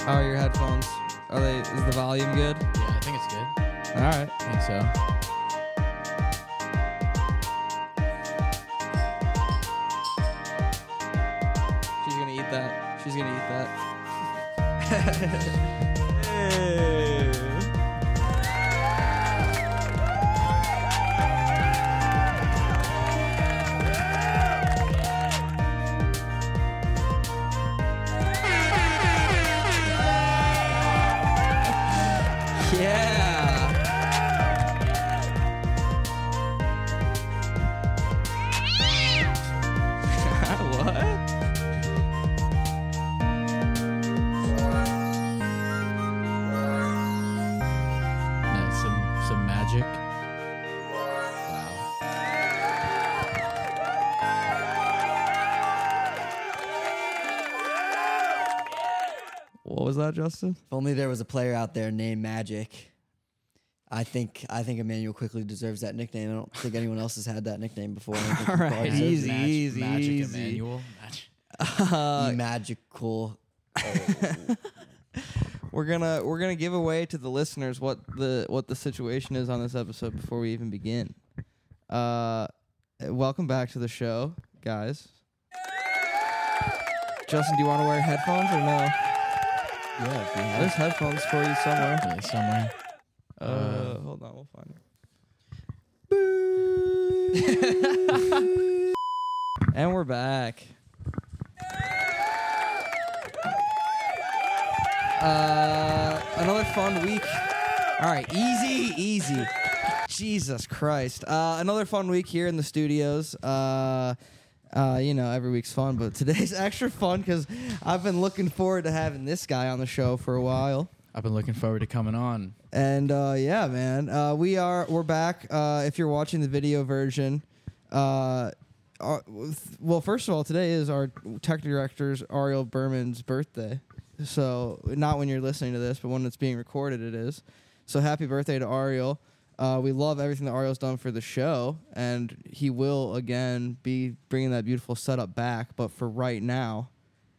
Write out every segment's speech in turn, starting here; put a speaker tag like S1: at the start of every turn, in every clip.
S1: How are Oh, your headphones? Are they? Is the volume good?
S2: Yeah, I think it's good.
S1: All right.
S2: I think so.
S1: She's gonna eat that. She's gonna eat that. yeah. what?
S2: Nice. Some some magic. Wow.
S1: What was that, Justin?
S3: If only there was a player out there named Magic. I think I think Emmanuel quickly deserves that nickname. I don't think anyone else has had that nickname before. I don't think he probably
S1: Alright,
S3: deserves
S1: easy,
S2: Mag-
S1: easy,
S2: magic
S1: easy.
S2: Emmanuel. Magic.
S1: Uh,
S3: it. magical.
S1: We're gonna we're gonna give away to the listeners what the what the situation is on this episode before we even begin. Uh, welcome back to the show, guys. Justin, do you want to wear headphones or no?
S2: Yeah. If we
S1: There's
S2: have
S1: headphones for you somewhere.
S2: yeah, somewhere.
S1: Uh, hold on, we'll find it. and we're back. Uh, another fun week. All right, easy, easy. Jesus Christ. Uh, another fun week here in the studios. Uh, uh, you know, every week's fun, but today's extra fun because I've been looking forward to having this guy on the show for a while.
S2: I've been looking forward to coming on.
S1: And uh, yeah, man, uh, we are we're back. Uh, if you're watching the video version, uh, our, well, first of all, today is our tech director's Ariel Berman's birthday. So not when you're listening to this, but when it's being recorded, it is. So happy birthday to Ariel. Uh, we love everything that Ariel's done for the show, and he will again be bringing that beautiful setup back. But for right now,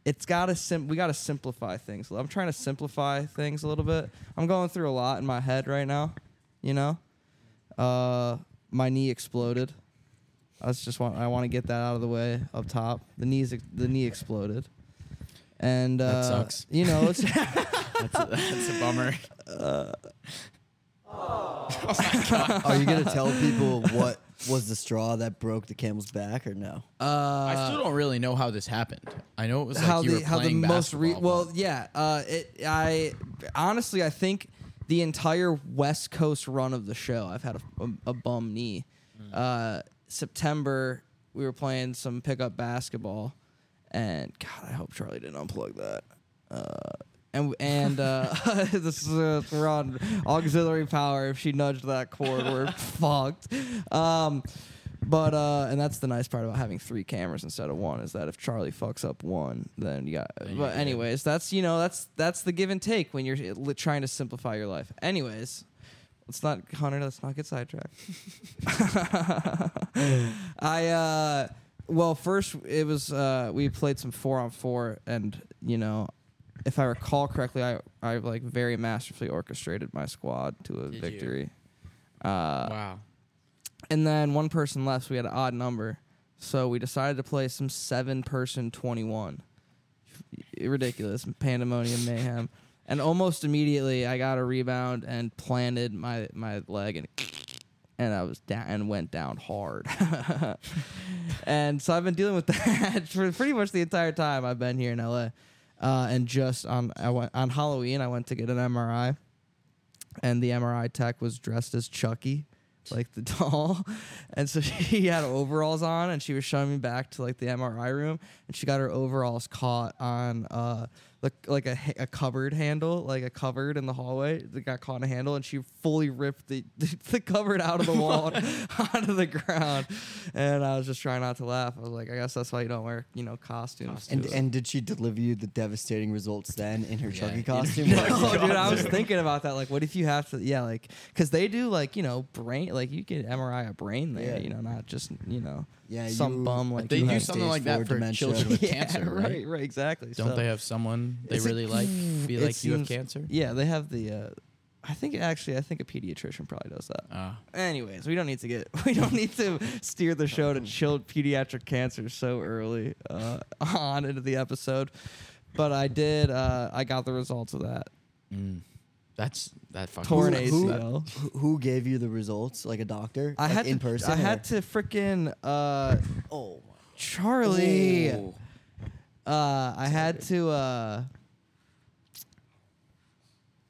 S1: it's gotta sim- we gotta simplify things. I'm trying to simplify things a little bit. I'm going through a lot in my head right now. You know, uh, my knee exploded. I was just want I want to get that out of the way up top. The knees ex- the knee exploded, and uh,
S2: That sucks.
S1: You know, it's
S2: That's a, that's a bummer.
S3: Are you gonna tell people what was the straw that broke the camel's back, or no?
S2: I still don't really know how this happened. I know it was like
S1: Uh, how
S2: you
S1: the
S2: were
S1: how the
S2: playing
S1: most re-
S2: basketball,
S1: well yeah uh it I honestly I think the entire West Coast run of the show I've had a, a, a bum knee. Uh, September we were playing some pickup basketball, and God I hope Charlie didn't unplug that. Uh, and and uh, this is uh, we're on auxiliary power. If she nudged that cord, we're fucked. Um, but uh, and that's the nice part about having three cameras instead of one is that if Charlie fucks up one, then you got.
S2: you're
S1: but
S2: good.
S1: anyways, that's you know that's that's the give and take when you're uh, li- trying to simplify your life. Anyways, let's not Hunter. Let's not get sidetracked. I uh well first it was uh we played some four on four and you know if I recall correctly I I like very masterfully orchestrated my squad to a
S2: you?
S1: victory.
S2: but-
S1: Uh
S2: wow.
S1: and then one person left, so we had an odd number. So we decided to play some seven person 21. Ridiculous. Pandemonium mayhem. And almost immediately, I got a rebound and planted my, my leg and and I was down and went down hard. and so I've been dealing with that for pretty much the entire time I've been here in LA. Uh, and just on I went on Halloween, I went to get an MRI, and the MRI tech was dressed as Chucky, like the doll, and so she had overalls on, and she was showing me back to like the MRI room, and she got her overalls caught on uh like like a, ha- a cupboard handle, like a cupboard in the hallway that got caught in a handle, and she fully ripped the the, cupboard out of the wall and onto the ground, and I was just trying not to laugh. I was like, I guess that's why you don't wear you know costumes.
S3: And
S1: to a-
S3: and did she deliver you the devastating results then in her
S2: Yeah.
S3: Chucky costume?
S1: No, dude, I was thinking about that. Like, what if you have to? Yeah, like, because they do like you know brain, like you get MRI a brain there,
S3: Yeah.
S1: you know, not just you know
S3: Yeah,
S1: some
S3: you-
S1: bum
S3: but
S1: like
S2: They
S1: you
S2: do
S1: have-
S3: have
S2: something
S3: stage
S2: like that
S3: four
S2: for
S3: dementia.
S2: children with
S1: Yeah,
S2: cancer,
S1: right? Right, exactly.
S2: Don't
S1: So-
S2: they have someone them they
S1: It's like,
S2: really like be
S1: it
S2: like you
S1: seems-
S2: have cancer?
S1: Yeah, they have the. Uh, I think actually, I think a pediatrician probably does that.
S2: Ah.
S1: Anyways, we don't need to get we don't need to steer the show to chilled pediatric cancer so early uh, on into the episode. But I did. Uh, I got the results of that
S2: Mm. That's that fucking
S1: torn
S2: sucks.
S3: who-
S1: ACL.
S3: Who, who gave you the results? Like a doctor?
S1: I
S3: Like,
S1: had
S3: in
S1: to,
S3: person.
S1: I had to
S3: or-
S1: freaking uh,
S3: Oh,
S1: Charlie.
S2: Ooh.
S1: Uh, I had to. Uh,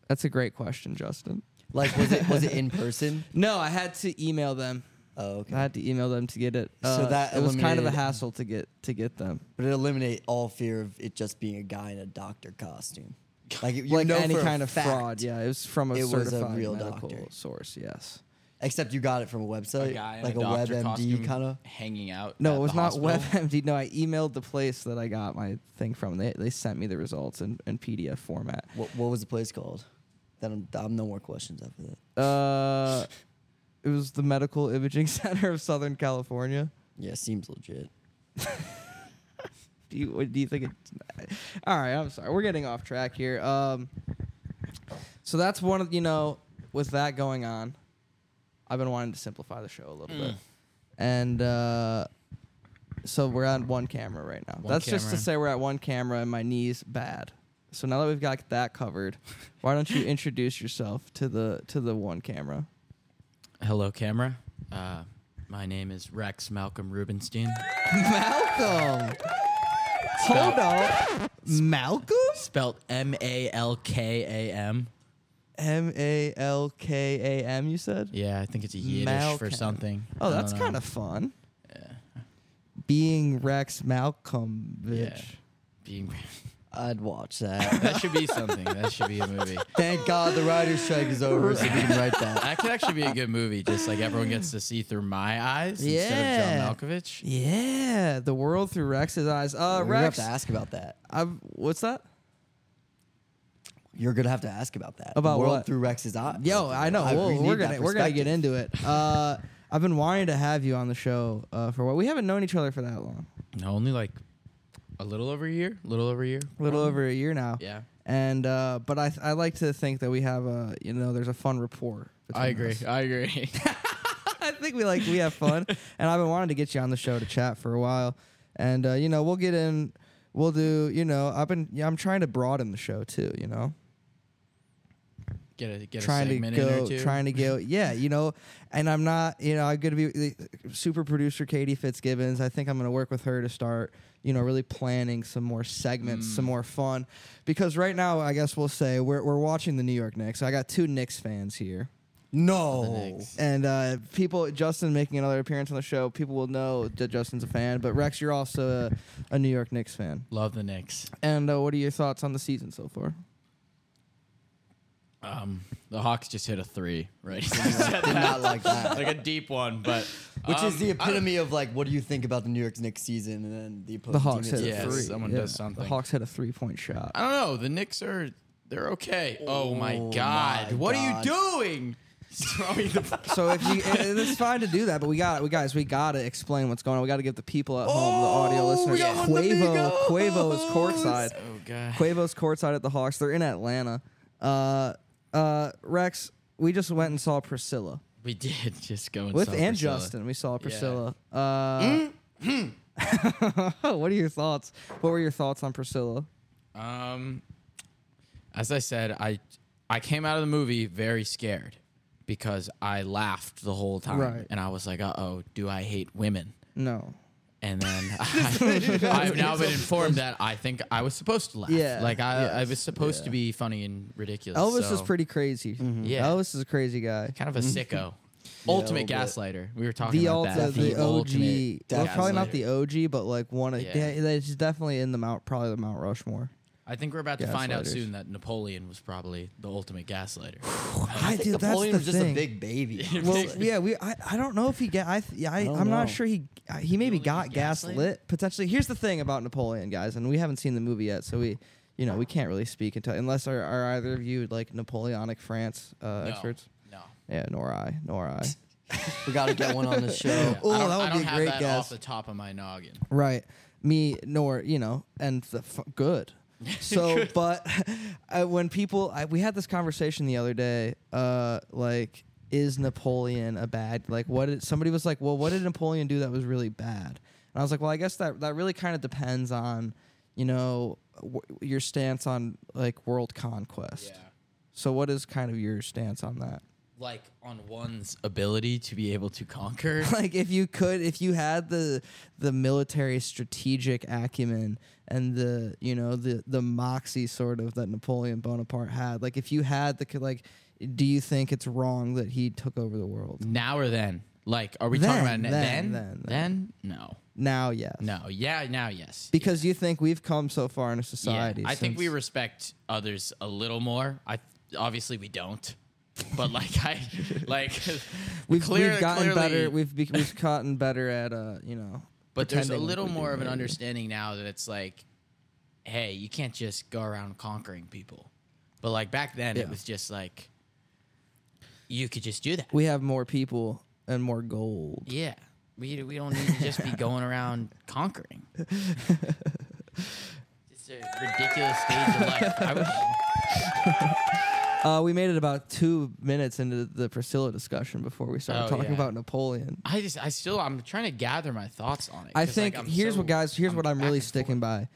S1: that's a great question, Justin.
S3: like was it was it in person?
S1: No, I had to email them.
S3: Oh, okay.
S1: I had to email them to get it.
S3: So
S1: Uh,
S3: that
S1: it was kind of a
S3: eliminated-
S1: hassle to get to get them.
S3: But it eliminate all fear of it just being a guy in a doctor costume. Like you
S1: like
S3: know
S1: any
S3: for a
S1: kind of
S3: fact,
S1: fraud. Yeah, it was from a
S3: it was a
S1: certified
S3: real
S1: medical
S3: doctor.
S1: source. Yes.
S3: Except you got it from a website,
S2: a guy in
S3: like
S2: a,
S3: a,
S2: doctor
S3: WebMD
S2: costume
S3: kind of.
S2: hanging out.
S1: No,
S2: at
S1: it was
S2: the
S1: not
S2: hospital.
S1: WebMD. No, I emailed the place that I got my thing from. They they sent me the results in, in PDF format.
S3: What, what was the place called? Then I'm, I'm no more questions after that.
S1: Uh, it was the Medical Imaging Center of Southern California.
S3: Yeah, seems legit.
S1: Do you what do you think? It's, all right, I'm sorry. We're getting off track here. Um, so that's one of you know with that going on, I've been wanting to simplify the show a little
S2: Mm.
S1: bit, and uh, so we're on one camera right now.
S2: One
S1: that's just to
S2: camera.
S1: say we're at one camera and my knees bad. So now that we've got that covered, why don't you introduce yourself to the to the one camera?
S2: Hello, camera. Uh, my name is Rex Malcolm Rubenstein.
S1: Malcolm. Hold on, Malcolm.
S2: Spelt M A L K A M.
S1: M A L K A M. You said.
S2: Yeah, I think it's a Yiddish for
S1: Malcolm.
S2: something.
S1: Oh, that's kind
S2: kind
S1: of fun. Being Rex Malcolm, bitch.
S2: Yeah. being.
S3: I'd watch that.
S2: that should be something. That should be a movie.
S3: Thank God the writer's strike is over, so we can write that.
S2: That could actually be a good movie. Just like everyone gets to see through my eyes
S1: Yeah.
S2: instead of John Malkovich.
S1: Yeah, the world through Rex's eyes. Uh,
S3: You're gonna have
S1: Rex,
S3: to ask about that.
S1: I've, what's that?
S3: You're gonna have to ask about that.
S1: About
S3: the world
S1: what?
S3: through Rex's eye.
S1: Yo, I know.
S3: we
S1: Well,
S3: need
S1: we're
S3: that
S1: gonna we're gonna get
S3: perspective.
S1: into it. Uh, I've been wanting to have you on the show uh, for what we haven't known each other for that long,
S2: No, only like a little over a year. Little over a year.
S1: a little over a year now.
S2: Yeah.
S1: And uh, but I I like to think that we have a you know there's a fun rapport.
S2: I
S1: between
S2: agree.
S1: us.
S2: I agree.
S1: I think we like we have fun, and I've been wanting to get you on the show to chat for a while, and uh, you know we'll get in, we'll do you know I've been yeah, I'm trying to broaden the show too, you know,
S2: get a get
S1: trying
S2: a
S1: to
S2: segment in
S1: go
S2: or two.
S1: trying to go yeah you know, and I'm not you know I'm gonna be the super producer Katie Fitzgibbons. I think I'm gonna work with her to start you know really planning some more segments,
S2: Mm.
S1: some more fun, because right now I guess we'll say we're we're watching the New York Knicks. I got two Knicks fans here.
S2: Oh,
S3: No.
S1: And uh, people, Justin making another appearance on the show, people will know that Justin's a fan. But Rex, you're also a, a New York Knicks fan.
S2: Love the Knicks.
S1: And uh, what are your thoughts on the season so far?
S2: Um, the Hawks just hit a three, right?
S3: Did not like that.
S2: like a deep one, but
S3: Which is
S2: um,
S3: the
S2: I don't-
S3: epitome of like, what do you think about the New York Knicks season? And then the opposing
S1: The Hawks
S3: team
S1: hit
S3: hits
S2: Yeah,
S1: a three.
S2: someone does something.
S1: The Hawks hit a three point shot.
S2: I don't know. The Knicks are they're okay. Oh, my
S3: Oh,
S2: god,
S3: my
S2: what
S3: God.
S2: are you doing? He's throwing the-
S1: So if you, it, it's fine to do that, but we got we guys, we gotta explain what's going on. We gotta give the people at home, the audio
S3: Oh,
S1: listeners,
S3: we got one of the
S1: Quavo,
S3: Migos.
S1: Quavo is courtside.
S2: oh god.
S1: Quavo's courtside at the Hawks. They're in Atlanta. Uh, uh, Rex, we just went and saw Priscilla.
S2: We did just go and
S1: with
S2: saw
S1: and
S2: Priscilla.
S1: Justin. We saw Priscilla. Uh, what are your thoughts? What were your thoughts on Priscilla?
S2: Um, as I said, I I came out of the movie very scared because I laughed the whole time,
S1: Right.
S2: and I was like, "Uh oh, do I hate women?"
S1: No.
S2: And then I, I've now been informed that I think I was supposed to laugh.
S1: Yeah.
S2: like I, I
S1: Yes.
S2: was supposed to be funny and ridiculous.
S1: Elvis
S2: so-
S1: is pretty crazy.
S2: Yeah.
S1: Elvis is a crazy guy.
S2: kind of a sicko. Ultimate
S3: Yeah, a little
S2: gaslighter. We were talking
S1: The
S2: about
S1: ultra,
S2: that.
S1: the OG.
S2: ultimate
S1: Well, probably not
S2: gaslighter.
S1: the OG, but like one of
S2: Yeah.
S1: yeah. it's definitely in the Mount, probably the Mount Rushmore.
S2: I think we're about to find out
S1: Gaslighters.
S2: soon that Napoleon was probably the ultimate gaslighter.
S1: I
S3: think Napoleon was just a big baby.
S1: Well,
S3: honestly.
S1: yeah, we. I, I don't know if he get. I, th- yeah, I, I
S3: don't
S1: am not
S3: know.
S1: sure he. uh, He maybe
S2: only
S1: got
S2: got gaslit?
S1: gaslit potentially. Here's the thing about Napoleon, guys, and we haven't seen the movie yet, so we, you know, we can't really speak until unless are, are either of you like Napoleonic France uh,
S2: No.
S1: experts?
S2: No.
S1: Yeah, nor I, nor I.
S3: we got to get one on the show.
S1: Oh,
S2: I don't,
S1: that would
S2: I don't
S1: be a
S2: have
S1: great
S2: that
S1: guess.
S2: off the top of my noggin.
S1: right, me nor you know, and the f- good. So, but uh, when people, I, we had this conversation the other day, uh, like, is Napoleon a bad? Like, what did somebody was like? Well, what did Napoleon do that was really bad? And I was like, well, I guess that that really kind of depends on, you know, w- your stance on like world conquest. So, what is kind of your stance on that?
S2: Like on one's ability to be able to conquer.
S1: like if you could if you had the the military strategic acumen and the you know the the moxie sort of that Napoleon Bonaparte had like if you had the c- like do you think it's wrong that he took over the world
S2: now or then? Like, are we
S1: Then,
S2: talking about n-
S1: then,
S2: then?
S1: then,
S2: Then? No.
S1: now yes
S2: No. Yeah. Now, yes.
S1: because you think we've come so far in a society
S2: Yeah, I think
S1: since-
S2: we respect others a little more. I obviously we don't, but like I like
S1: we've,
S2: clear-
S1: we've gotten
S2: clearly-
S1: better we've be- we've gotten better at uh you know
S2: But there's a
S1: pretending like
S2: little
S1: we do
S2: more of an
S1: maybe.
S2: understanding now that it's like, hey, you can't just go around conquering people. But like back then,
S1: Yeah.
S2: it was just like you could just do that.
S1: we have more people and more gold
S2: yeah, we we don't need to just be going around conquering. It's a ridiculous stage of life. I would-
S1: Uh, we made it about two minutes into the Priscilla discussion before we started
S2: Oh,
S1: talking
S2: yeah.
S1: about Napoleon.
S2: I just, I still, I'm trying to gather my thoughts on it.
S1: I
S2: 'cause, like,
S1: think
S2: I'm
S1: here's
S2: so-
S1: what guys here's what I'm
S2: back
S1: really
S2: and
S1: sticking by.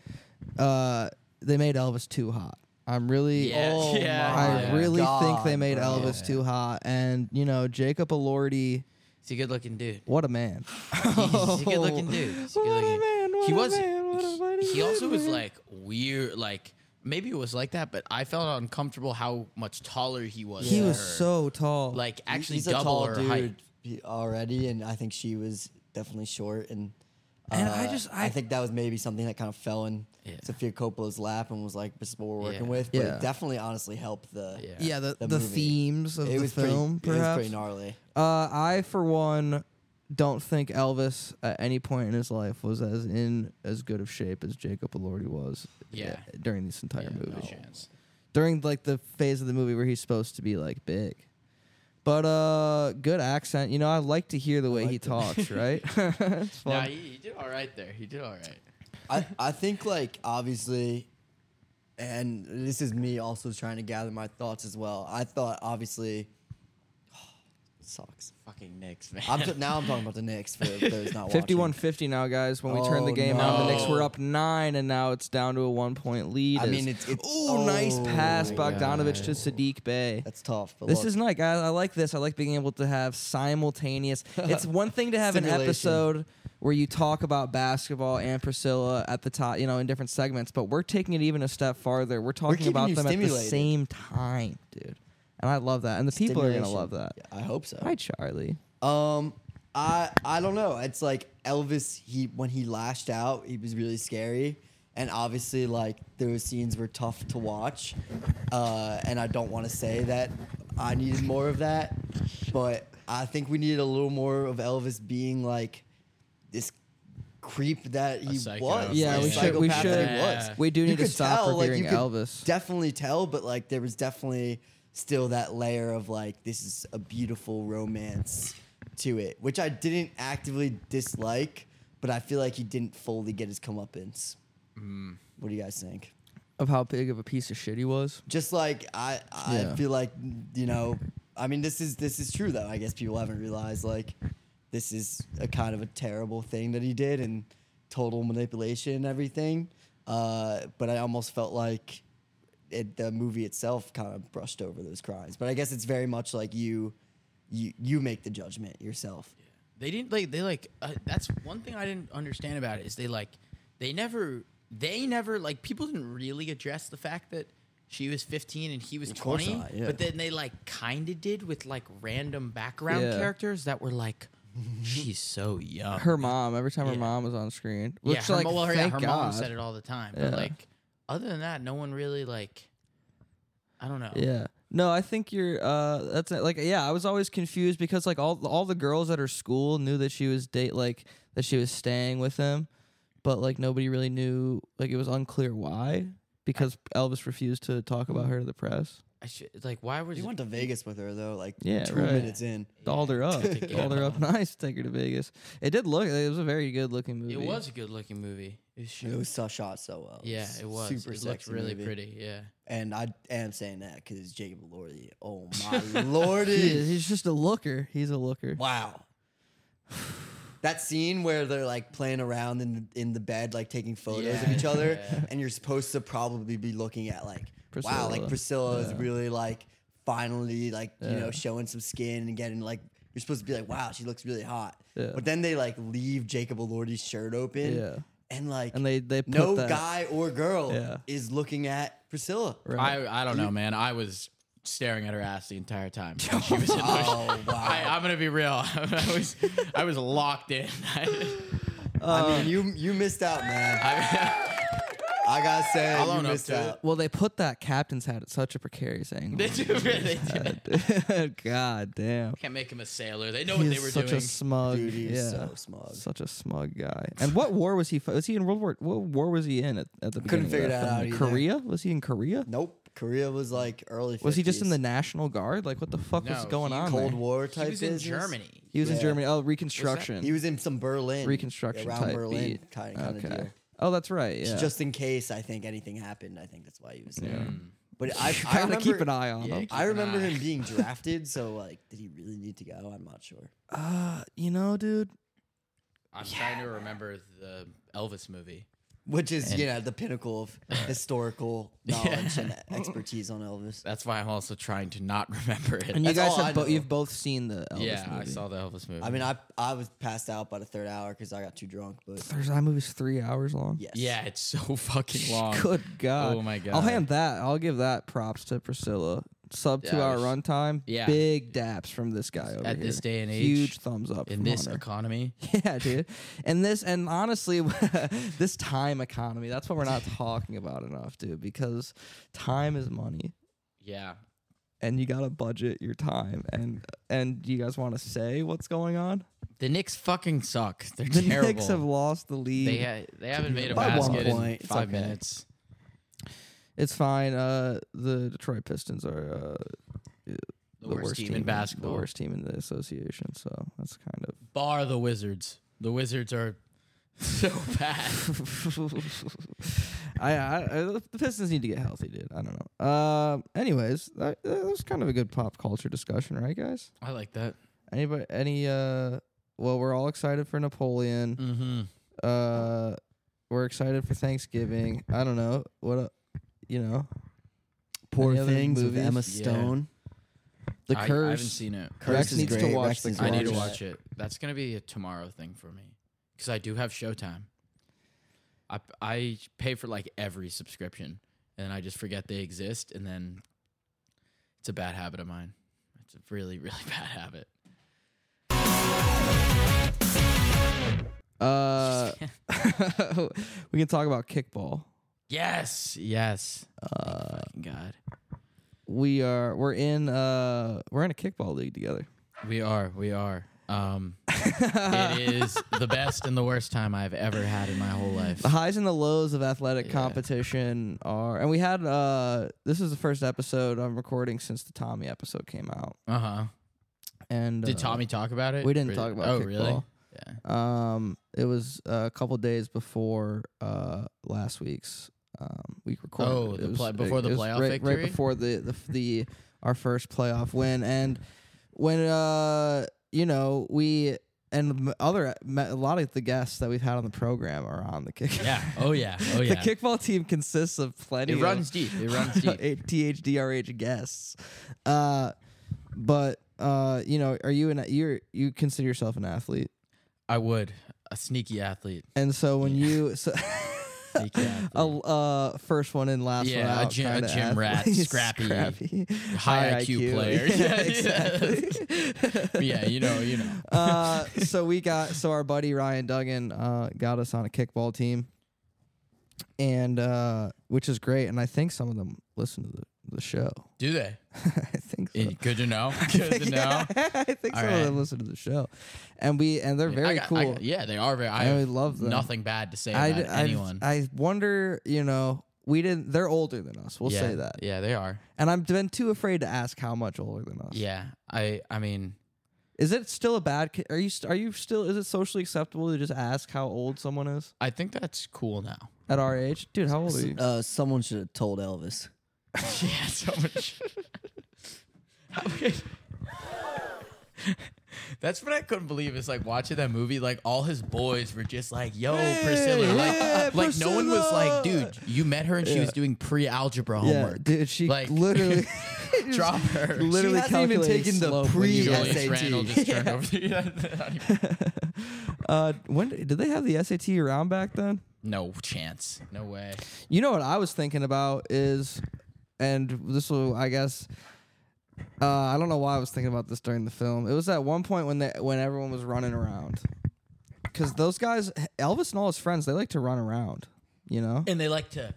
S1: Uh, they made Elvis too hot. I'm really
S2: Yeah.
S3: Oh
S2: Yeah.
S1: I
S2: yeah.
S1: really think they
S3: God,
S1: made
S3: bro.
S1: Elvis too hot. And you know, Jacob Elordi,
S2: He's a good looking dude.
S1: what a man.
S2: He's a good looking dude. He's a
S1: What a
S2: good looking.
S1: man, what
S2: he
S1: a
S2: was.
S1: man, what a
S2: he-
S1: mighty
S2: he, also
S1: man,
S2: was
S1: man.
S2: like weird. Like maybe it was like that, but I felt uncomfortable how much taller he was.
S1: He
S2: than
S1: was
S2: her.
S1: so tall.
S2: like actually
S3: he's
S2: double
S3: a tall
S2: her
S3: dude
S2: height.
S3: he- already, and I think she was definitely short. And
S1: And
S3: uh,
S1: I just- I-
S3: think that was maybe something that kind of fell in
S2: Yeah.
S3: Sophia Coppola's lap and was like, "This is what we're working
S2: Yeah.
S3: with." But
S1: Yeah.
S3: it definitely, honestly, helped the.
S2: Yeah.
S1: yeah, the, the,
S3: The movie.
S1: themes of
S3: It
S1: the
S3: was
S1: film,
S3: pretty.
S1: perhaps.
S3: It was pretty gnarly.
S1: Uh, I, for one, don't think Elvis at any point in his life was as in as good of shape as Jacob Elordi was.
S2: Yeah.
S1: uh, During this entire
S2: Yeah,
S1: movie,
S2: no chance.
S1: during like the phase of the movie where he's supposed to be like big. But uh, good accent. You know, I like to hear the way he
S3: liked it.
S1: talks. Right? It's
S2: Nah,
S1: fun.
S2: he, he did all right there. He did all right.
S3: I, I think like obviously and this is me also trying to gather my thoughts as well. I thought obviously sucks.
S2: Fucking Knicks, man.
S3: I'm t- now I'm talking about the Knicks for those not watching.
S1: 51 50 now, guys. When we turn the
S3: Oh,
S1: game on, the Knicks
S2: no.
S1: were up nine, and now it's down to a one point lead.
S3: I
S1: as-
S3: mean, it's- it's-
S1: Ooh, nice
S3: oh,
S1: pass, Bogdanovich to
S2: yeah.
S1: Sadiq Bay.
S3: That's tough. But
S1: This
S3: look,
S1: is like I, I like this. I like being able to have simultaneous. It's one thing to have an
S3: Simulation.
S1: episode where you talk about basketball and Priscilla at the top, you know, in different segments. But we're taking it even a step farther. We're talking
S3: keeping
S1: about
S3: you
S1: them at the
S3: stimulated.
S1: same time, dude. And I love that. And the people are gonna
S3: stimulation.
S1: love that.
S3: Yeah, I hope so.
S1: Hi, Charlie.
S3: Um, I I don't know. It's like Elvis. He when he lashed out, he was really scary, and obviously like those scenes were tough to watch. Uh, and I don't want to say that I needed more of that, but I think we needed a little more of Elvis being like this creep that he
S2: psycho.
S3: was.
S1: Yeah,
S3: a
S1: we should- we
S3: psychopath
S1: should-
S3: that he was.
S2: Yeah.
S1: We do
S3: You
S1: need to
S3: could
S1: stop
S3: tell, like, you
S1: revering
S3: could
S1: Elvis.
S3: Definitely tell, but like there was definitely still that layer of like this is a beautiful romance to it, which I didn't actively dislike, but I feel like he didn't fully get his comeuppance. What do you guys think?
S1: of how big of a piece of shit he was.
S3: Just like I, I
S1: Yeah.
S3: feel like you know, I mean, this is this is true though. I guess people haven't realized like this is a kind of a terrible thing that he did and total manipulation and everything. Uh, but I almost felt like it, the movie itself kind of brushed over those crimes. But I guess it's very much like you, you, you make the judgment yourself.
S2: They didn't like they like uh, that's one thing I didn't understand about it is they like they never they never like people didn't really address the fact that she was 15 and he was
S3: Of course
S2: 20
S3: not, yeah.
S2: but then they like kind of did with like random background
S1: Yeah.
S2: characters that were like she's so young
S1: Her mom. Every time her
S2: Uh, Yeah.
S1: mom was on screen, which
S2: yeah her,
S1: like
S2: mo- well, her, yeah,
S1: thank
S2: her
S1: God.
S2: mom said it all the time but
S1: Yeah.
S2: like other than that no one really like I don't know
S1: Yeah. No, I think you're. Uh, that's it. like yeah. I was always confused because like all all the girls at her school knew that she was date like that she was staying with him, but like nobody really knew. Like it was unclear why because Elvis refused to talk about her to the press.
S2: I should like why was
S3: You went to Vegas with her though, like
S1: Yeah,
S3: two
S1: right.
S3: minutes in.
S1: Dolled her up.
S2: Take it
S1: Dolled her up
S2: off.
S1: nice. Take her to Vegas. It did look. It was a very good looking movie.
S2: it was a good looking movie. It was,
S3: It was so shot so well.
S2: yeah, it was.
S3: super
S2: it looked
S3: sexy.
S2: really
S3: movie.
S2: pretty. Yeah.
S3: And I am saying that because Jacob Lordy. Oh my
S1: He
S3: lordy!
S1: is- he's just a looker. He's a looker.
S3: Wow. That scene where they're like playing around in the, in the bed, like taking photos of
S2: Yeah,
S3: each other,
S2: yeah.
S3: and you're supposed to probably be looking at like, wow,
S1: Priscilla.
S3: like Priscilla is
S1: Yeah.
S3: really like finally like you
S1: Yeah.
S3: know showing some skin and getting like you're supposed to be like, wow, she looks really hot.
S1: Yeah.
S3: But then they like leave Jacob Elordi's shirt open,
S1: Yeah.
S3: and like
S1: And they they put
S3: no
S1: that,
S3: guy or girl
S1: Yeah.
S3: is looking at Priscilla.
S1: Right.
S2: I I don't know, man. I was staring at her ass the entire time. She was in motion.
S3: Oh wow!
S2: I, I'm gonna be real. I was I was locked in. I,
S3: I
S1: Um,
S3: mean, you you missed out, man.
S2: I,
S3: I gotta say,
S2: I'll
S3: you
S2: own up
S3: missed
S2: to it.
S3: out.
S1: well, they put that captain's hat at such a precarious angle.
S2: they do really do.
S1: God damn.
S2: Can't make him a sailor. They know what
S1: He's
S2: they were
S1: such
S2: doing.
S1: a smug.
S3: Dude, he's
S1: yeah.
S3: so smug.
S1: Such a smug guy. And what war was he? fi- Was he in World War? What war was he in at, at the
S3: Couldn't
S1: beginning?
S3: figure
S1: of that
S3: that out
S1: film?
S3: either.
S1: Korea? Was he in Korea?
S3: Nope. Korea was like early. 50s.
S1: Was he just in the National Guard? Like what the fuck was
S2: No,
S1: going
S2: he-
S1: on?
S3: Cold
S1: there?
S3: War
S2: he
S3: type?
S2: was in
S3: business?
S2: Germany.
S1: He was in
S3: Yeah.
S1: Germany. Oh, Reconstruction.
S3: He was in some Berlin
S1: Reconstruction
S3: around
S1: type
S3: Berlin
S1: beat.
S3: kind of
S1: okay.
S3: deal.
S1: Oh, that's right. Yeah.
S3: Just in case, I think anything happened. I think that's why he was there. But I,
S1: You
S3: I
S1: gotta
S3: remember,
S1: keep an eye on
S2: Yeah,
S1: him.
S3: I
S2: Keep an
S3: remember
S2: eye.
S3: him being drafted. So like, did he really need to go? I'm not sure.
S1: Uh, you know, dude.
S2: I'm trying to remember the Elvis movie.
S3: Which is you know the pinnacle of historical knowledge and expertise on Elvis.
S2: That's why I'm also trying to not remember it.
S1: And you
S3: That's
S1: guys
S3: all I
S1: have bo-
S3: know.
S1: you've both seen the Elvis
S2: yeah,
S1: movie.
S2: I saw the Elvis movie.
S3: I mean, I I was passed out by the third hour because I got too drunk. But
S1: There's that movie's three hours long.
S3: yes,
S2: yeah, it's so fucking long.
S1: Good God.
S2: Oh my God.
S1: I'll hand that. I'll give that props to Priscilla. Sub two
S2: Yeah,
S1: hour
S2: there's-
S1: runtime.
S2: yeah.
S1: Big daps from this guy over
S2: At
S1: here.
S2: this day and age,
S1: Huge thumbs up
S2: in
S1: from
S2: this
S1: Hunter.
S2: economy.
S1: Yeah, dude. And this, and honestly, this time economy, that's what we're not talking about enough, dude, because time is money
S2: Yeah,
S1: and you got to budget your time. And, and you guys want to say what's going on?
S2: the Knicks fucking suck. They're
S1: The
S2: terrible.
S1: Knicks have lost the league.
S2: They ha- they haven't made a
S3: By one
S2: basket in
S3: point, it's
S2: five
S3: okay.
S2: minutes.
S1: it's fine. Uh, the Detroit Pistons are, uh,
S2: The, worst, team, in basketball.
S1: The worst team in the association. So that's kind of.
S2: Bar the Wizards. The Wizards are so bad.
S1: I, I, I the Pistons need to get healthy, dude. I don't know. Um. Anyways, that, that was kind of a good pop culture discussion, right, guys?
S2: I like that.
S1: Anybody? Any? Uh. Well, we're all excited for Napoleon.
S2: Mm-hmm.
S1: Uh. We're excited for Thanksgiving. I don't know what. Uh, you know,
S3: Poor
S1: Any other
S3: Things with
S1: movies?
S3: Emma
S2: Yeah.
S3: Stone.
S1: the
S2: I,
S1: curse.
S2: I haven't seen it.
S3: Curse
S1: Rex
S3: is
S1: needs to
S3: great.
S1: watch
S3: Rex
S1: the
S3: is
S1: Curse.
S2: I
S3: great.
S2: need to watch it. That's gonna be a tomorrow thing for me because I do have Showtime. I I pay for like every subscription, and I just forget they exist, and then it's a bad habit of mine. It's a really really bad habit.
S1: Uh. we can talk about kickball.
S2: yes, yes. Uh, God,
S1: We are. We're in. Uh. We're in a kickball league together.
S2: we are we are. Um, it is the best and the worst time I've ever had in my whole life.
S1: The highs and the lows of athletic
S2: Yeah.
S1: competition are, and we had uh, this is the first episode I'm recording since the Tommy episode came out,
S2: Uh huh.
S1: and
S2: Did
S1: uh,
S2: Tommy talk about it?
S1: we didn't
S2: Or-
S1: talk about
S2: Oh, really?
S1: kickball.
S2: Yeah.
S1: Um, it was uh, a couple days before uh last week's um week recorded.
S2: Oh,
S1: It
S2: the
S1: was-
S2: play- before the
S1: was
S2: playoff
S1: right,
S2: victory?
S1: right before the the, the our first playoff win, and when uh you know we and m- other a lot of the guests that we've had on the program are on the kick.
S2: Yeah. Oh yeah. Oh yeah.
S1: The kickball team consists of plenty.
S2: It
S1: of-
S2: runs deep. It runs deep.
S1: THDRH guests. Uh, but uh, you know, are you an you you consider yourself an athlete?
S2: I would. A sneaky athlete.
S1: And so when you so
S2: Sneaky athlete.
S1: a uh, first one in, last one
S2: Yeah, a
S1: out,
S2: gym- a
S1: kinda
S2: gym rat,
S1: athlete,
S2: scrappy,
S1: scrappy,
S2: high IQ player.
S1: Yeah,
S2: Yeah,
S1: exactly.
S2: yeah, you know, you know.
S1: uh, so we got so our buddy Ryan Duggan uh, got us on a kickball team, and uh, which is great. And I think some of them listen to the, the show.
S2: Do they?
S1: I think so.
S2: Eh, Good to know. Good to know.
S1: Yeah, I think
S2: All
S1: some of them
S2: right.
S1: listen to the show, and we and they're
S2: I
S1: very
S2: got- I
S1: cool.
S2: got- yeah, they are very. I,
S1: I
S2: have
S1: would love them.
S2: Nothing bad to say
S1: I,
S2: about
S1: I,
S2: anyone.
S1: I wonder, you know, we didn't. They're older than us. We'll
S2: yeah,
S1: say that.
S2: Yeah, they are.
S1: And I've been too afraid to ask how much older than us.
S2: Yeah, I I mean,
S1: Is it still a bad? ca- Are you st- are you still? Is it socially acceptable to just ask how old someone is
S2: I think that's cool now.
S1: at our age? Dude, how old are you?
S3: Uh, someone should have told Elvis.
S2: yeah, so much. How could- That's what I couldn't believe. Is like watching that movie, like all his boys were just like, "Yo, Priscilla!" Like, uh,
S1: yeah,
S2: like no one was like,
S1: Priscilla.
S2: "Dude, you met her and she was doing pre-algebra homework."
S1: Yeah, dude, she
S2: Like-
S1: literally
S2: Drop her.
S1: literally
S3: hasn't even
S1: calculating
S3: taken the
S1: slope when
S3: pre-
S1: you-
S3: Julius
S2: Julius
S3: SAT.
S2: Randall just turned over the.
S1: Uh, when did they have the SAT around back then?
S2: no chance. No way.
S1: You know what I was thinking about is, and this will, I guess, uh, I don't know why I was thinking about this during the film. It was at one point when they, when everyone was running around, because those guys, Elvis and all his friends, they like to run around. You know,
S2: And they like to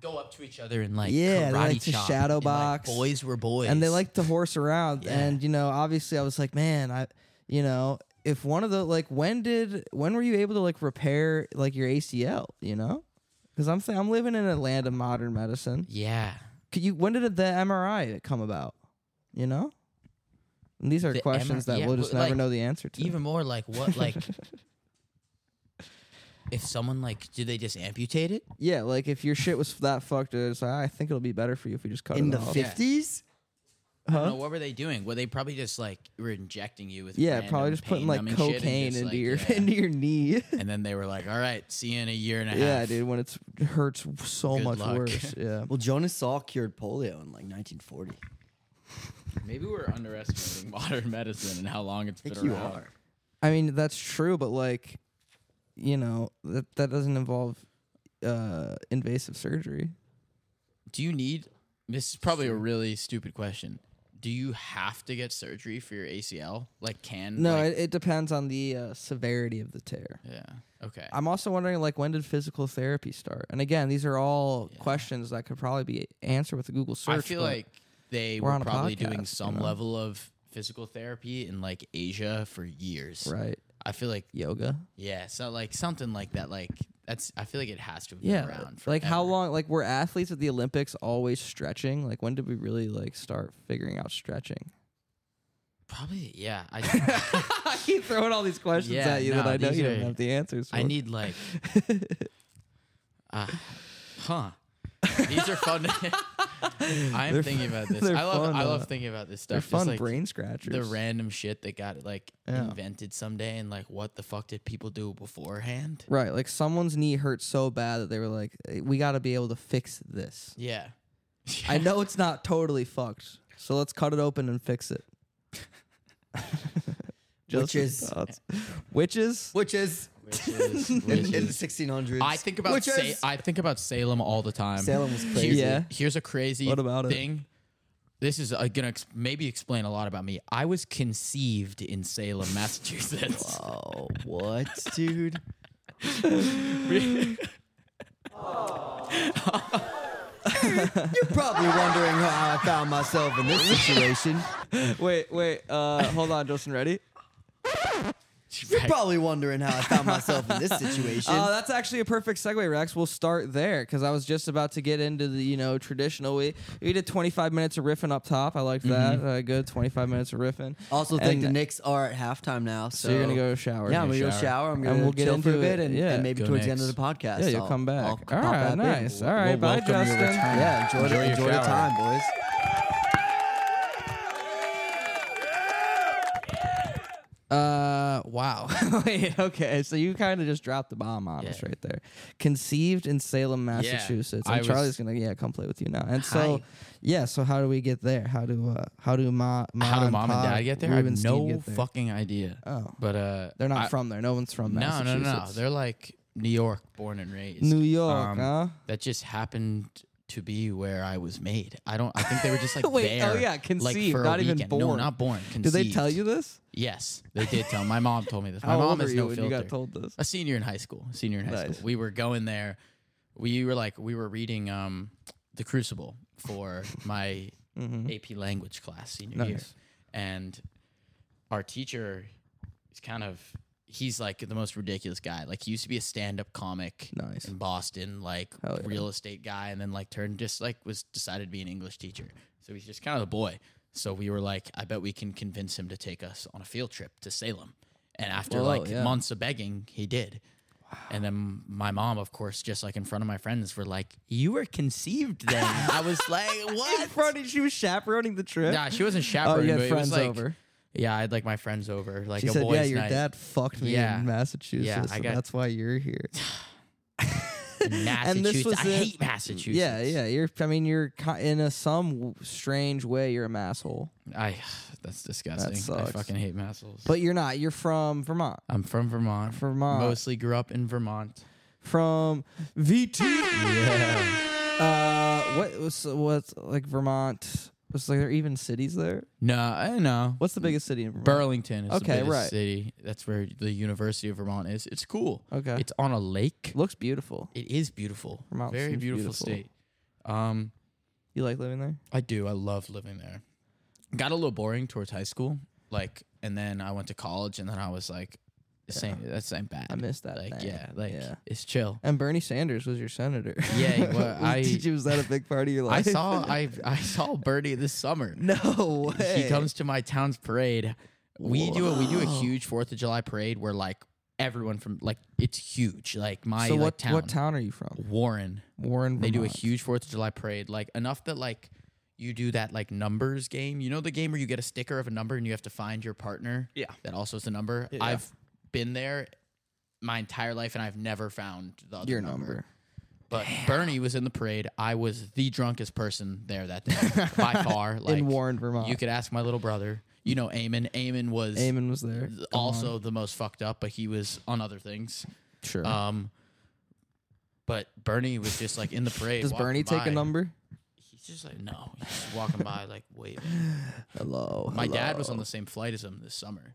S2: go up to each other and like
S1: Yeah,
S2: karate
S1: they like to
S2: chop
S1: shadow
S2: and, like,
S1: box.
S2: boys were boys,
S1: and they like to horse around
S2: Yeah.
S1: and you know obviously i was like man i you know if one of the like when did when were you able to like repair like your acl you know because i'm th- i'm living in a land of modern medicine
S2: yeah.
S1: Could you when did the mri come about you know and these are
S2: The
S1: questions
S2: MRI
S1: that
S2: yeah,
S1: we'll just
S2: well,
S1: never
S2: like,
S1: know the answer to
S2: even more like what like if someone like do they just amputate it
S1: yeah like if your shit was that fucked it's like, i think it'll be better for you if we just cut
S3: In
S1: it
S3: the
S1: off
S2: fif-
S3: 50s?
S1: Huh?
S2: no what were they doing were they probably just like were injecting you with
S1: yeah
S2: random
S1: probably just putting like
S2: pain-numbing shit and
S1: cocaine
S2: just,
S1: into
S2: like,
S1: your
S2: yeah.
S1: into your knee
S2: and then they were like all right see you in a year and a
S1: Yeah,
S2: half
S1: dude, when it's hurts so
S2: Good
S1: much
S2: luck.
S1: worse. Yeah.
S3: Well, Jonas Salk cured polio in like 1940.
S2: maybe we're underestimating modern medicine and how long it's
S3: I
S2: been
S3: think you
S2: around
S3: are.
S1: I mean, that's true, but like, you know, that that doesn't involve uh invasive surgery.
S2: do you need this is probably a really stupid question do you have to get surgery for your acl like can
S1: No,
S2: like,
S1: it, it depends on the uh, severity of the tear.
S2: yeah okay
S1: I'm also wondering like when did physical therapy start? And again, these are all questions that could probably be answered with a Google search.
S2: I feel
S1: but-
S2: like they
S1: we're
S2: were
S1: on a
S2: probably
S1: podcast,
S2: doing
S1: you
S2: some
S1: know?
S2: level of physical therapy in like Asia for years.
S1: right
S2: I feel like
S1: yoga.
S2: yeah, so like something like that. Like that's I feel like it has to have been
S1: Yeah,
S2: around.
S1: like how
S2: forever.
S1: long? Like were athletes at the Olympics always stretching? Like when did we really like start figuring out stretching?
S2: Probably yeah. I
S1: I keep throwing all these questions
S2: Yeah,
S1: at you
S2: no,
S1: that I know
S2: these
S1: you
S2: are-
S1: don't have the answers. For.
S2: I need like. Uh, huh. These are fun. I am
S1: They're
S2: thinking about this.
S1: they're
S2: I love
S1: fun,
S2: I love
S1: uh,
S2: thinking about this stuff.
S1: they're
S2: Just,
S1: fun
S2: like,
S1: brain scratchers.
S2: the random shit that got like
S1: Yeah.
S2: invented someday and like what the fuck did people do beforehand?
S1: right, like someone's knee hurt so bad that they were like, "Hey, "We got to be able to fix this."
S2: Yeah.
S1: I know it's not totally fucked, so let's cut it open and fix it. Just
S3: Which is-
S1: thoughts. witches.
S3: Which is
S2: Which is-
S3: in,
S2: which
S3: in the
S2: is-
S3: 1600s.
S2: I think about
S3: Which
S2: Sa-
S3: is-
S2: I think about Salem all the time.
S3: Salem was
S2: Here's,
S3: crazy.
S1: Yeah.
S2: here's a crazy
S1: What about it?
S2: thing. This is uh, gonna ex- maybe explain a lot about me. I was conceived in Salem, Massachusetts.
S3: Oh, what, dude? You're probably wondering how I found myself in this situation.
S1: Wait, wait. Uh, hold on, Justin. Ready?
S3: You're probably wondering how I found myself in this situation.
S1: Uh, that's actually a perfect segue, Rex. We'll start there because I was just about to get into the you know traditional. We we did 25 minutes of riffing up top. I liked that. Uh, good 25 minutes of riffing.
S3: also, think
S1: and-
S3: the Knicks are at halftime now, so,
S1: So, you're gonna go shower.
S3: Yeah, I'm gonna
S2: You're
S3: go
S2: gonna shower.
S3: shower. I'm gonna
S1: we'll get
S3: chill for a
S1: into
S3: bit,
S1: it.
S3: and,
S1: Yeah.
S3: and maybe
S2: Go
S3: towards the end of
S2: Knicks.
S3: the podcast,
S1: uh, yeah, you'll
S3: I'll-
S1: come back.
S3: I'll
S1: All
S3: pop
S1: right,
S3: back in.
S1: nice. All
S2: We'll
S1: right, bye,
S2: welcome your
S1: Justin.
S2: return.
S1: Yeah.
S3: Yeah, enjoy,
S2: Enjoy
S3: the,
S2: your
S3: enjoy the
S2: shower.
S3: time, boys.
S1: Uh, wow. Wait, okay. So you kind of just dropped the bomb on us
S2: Yeah.
S1: right there. Conceived in Salem, Massachusetts. and
S2: I was-
S1: Charlie's gonna yeah come play with you now. And so
S2: Hi.
S1: yeah. So how do we get there? How do uh, how do ma, ma
S2: How do mom and
S1: Pa,
S2: dad get there? I
S1: Rubenstein
S2: have no
S1: get there?
S2: fucking idea.
S1: Oh.
S2: but uh,
S1: They're not
S2: I-
S1: from there. No one's from
S2: No, no,
S1: Massachusetts.
S2: no. They're like New York, born and raised.
S1: New York,
S2: Um,
S1: huh?
S2: That just happened to be where I was made. I don't. I think they were just like
S1: Wait, oh
S2: there,
S1: yeah,
S2: like,
S1: conceived,
S2: for a
S1: not even
S2: weekend. No,
S1: born.
S2: not born. Conceived.
S1: Did they tell you this?
S2: Yes, they did tell. My mom told me this. My
S1: How
S2: mom
S1: old
S2: has
S1: were you
S2: no
S1: when
S2: filter.
S1: you got told this?
S2: A senior in high school. a Senior in high
S1: Nice.
S2: school. We were going there. We were like we were reading um The Crucible for my
S1: Mm-hmm.
S2: AP language class senior year.
S1: Nice.
S2: And our teacher is kind of he's like the most ridiculous guy. Like he used to be a stand-up comic
S1: Nice.
S2: in Boston, like
S1: Hell yeah.
S2: real estate guy, and then like turned just like was decided to be an English teacher. So he's just kind of the boy. So we were like, I bet we can convince him to take us on a field trip to Salem. And after
S1: Whoa,
S2: like
S1: yeah.
S2: months of begging, he did. And then my mom, of course, just like in front of my friends, were like, "You were conceived then." I was like, "What?"
S1: In front of- she was chaperoning the trip.
S2: Nah, she wasn't
S1: oh,
S2: chaperoning,
S1: you
S2: but
S1: had
S2: it was
S1: friends
S2: like,
S1: over.
S2: yeah, I had like my friends over, like
S1: She
S2: a
S1: said,
S2: boys'
S1: "Yeah, your
S2: night.
S1: dad fucked me
S2: Yeah.
S1: in Massachusetts,
S2: I
S1: and
S2: got-
S1: that's why you're here."
S2: In
S1: And this
S2: Massachusetts,
S1: was
S2: I
S1: in-
S2: hate Massachusetts.
S1: yeah, yeah. You're. I mean, you're ki- in a some w- strange way, you're a masshole,
S2: I that's disgusting. I
S1: sucks.
S2: fucking hate Massels.
S1: but you're not. You're from Vermont.
S2: I'm from Vermont.
S1: Vermont.
S2: Mostly grew up in Vermont.
S1: From VT. Uh, what was what's like Vermont? Was like there even cities there?
S2: No, I know.
S1: What's the biggest city in Vermont?
S2: Burlington is
S1: Okay,
S2: the biggest
S1: right.
S2: city. That's where the University of Vermont is. It's cool.
S1: Okay.
S2: It's on a lake.
S1: Looks beautiful.
S2: It is beautiful.
S1: Vermont
S2: Very
S1: seems
S2: beautiful,
S1: beautiful.
S2: state. Um,
S1: You like living there?
S2: I do. I love living there. Got a little boring towards high school, like, and then I went to college, and then I was like, this ain't that's ain't bad.
S1: I miss that.
S2: like,
S1: thing.
S2: yeah, like
S1: Yeah.
S2: it's chill.
S1: And Bernie Sanders was your senator.
S2: Yeah, he wa-
S1: Was-
S2: I-
S1: did you- was that a big part of your
S2: I
S1: life?
S2: saw I I saw Bernie this summer.
S1: No way.
S2: He comes to my town's parade. We do a we do a huge Fourth of July parade where like everyone from like it's huge. Like my
S1: So
S2: like,
S1: what?
S2: town,
S1: What town are you from?
S2: Warren.
S1: Warren.
S2: They do a
S1: Vermont.
S2: huge Fourth of July parade, like enough that like you do that like numbers game. You know the game where you get a sticker of a number and you have to find your partner.
S1: Yeah.
S2: that also is a number.
S1: Yeah.
S2: I've been there my entire life and I've never found the other
S1: Your number.
S2: But Bernie was in the parade. I was the drunkest person there that day by far. Like
S1: in Warren, Vermont.
S2: You could ask my little brother. You know, Eamon. Eamon was
S1: Eamon was there.
S2: th- also the most fucked up, but he was on other things.
S1: Sure.
S2: Um, but Bernie was just like in the parade.
S1: Does
S2: walking
S1: Bernie take a
S2: by.
S1: number?
S2: He's just like no. He's just walking by like waving.
S1: Hello.
S2: My dad was
S1: hello.
S2: on the same flight as him this summer,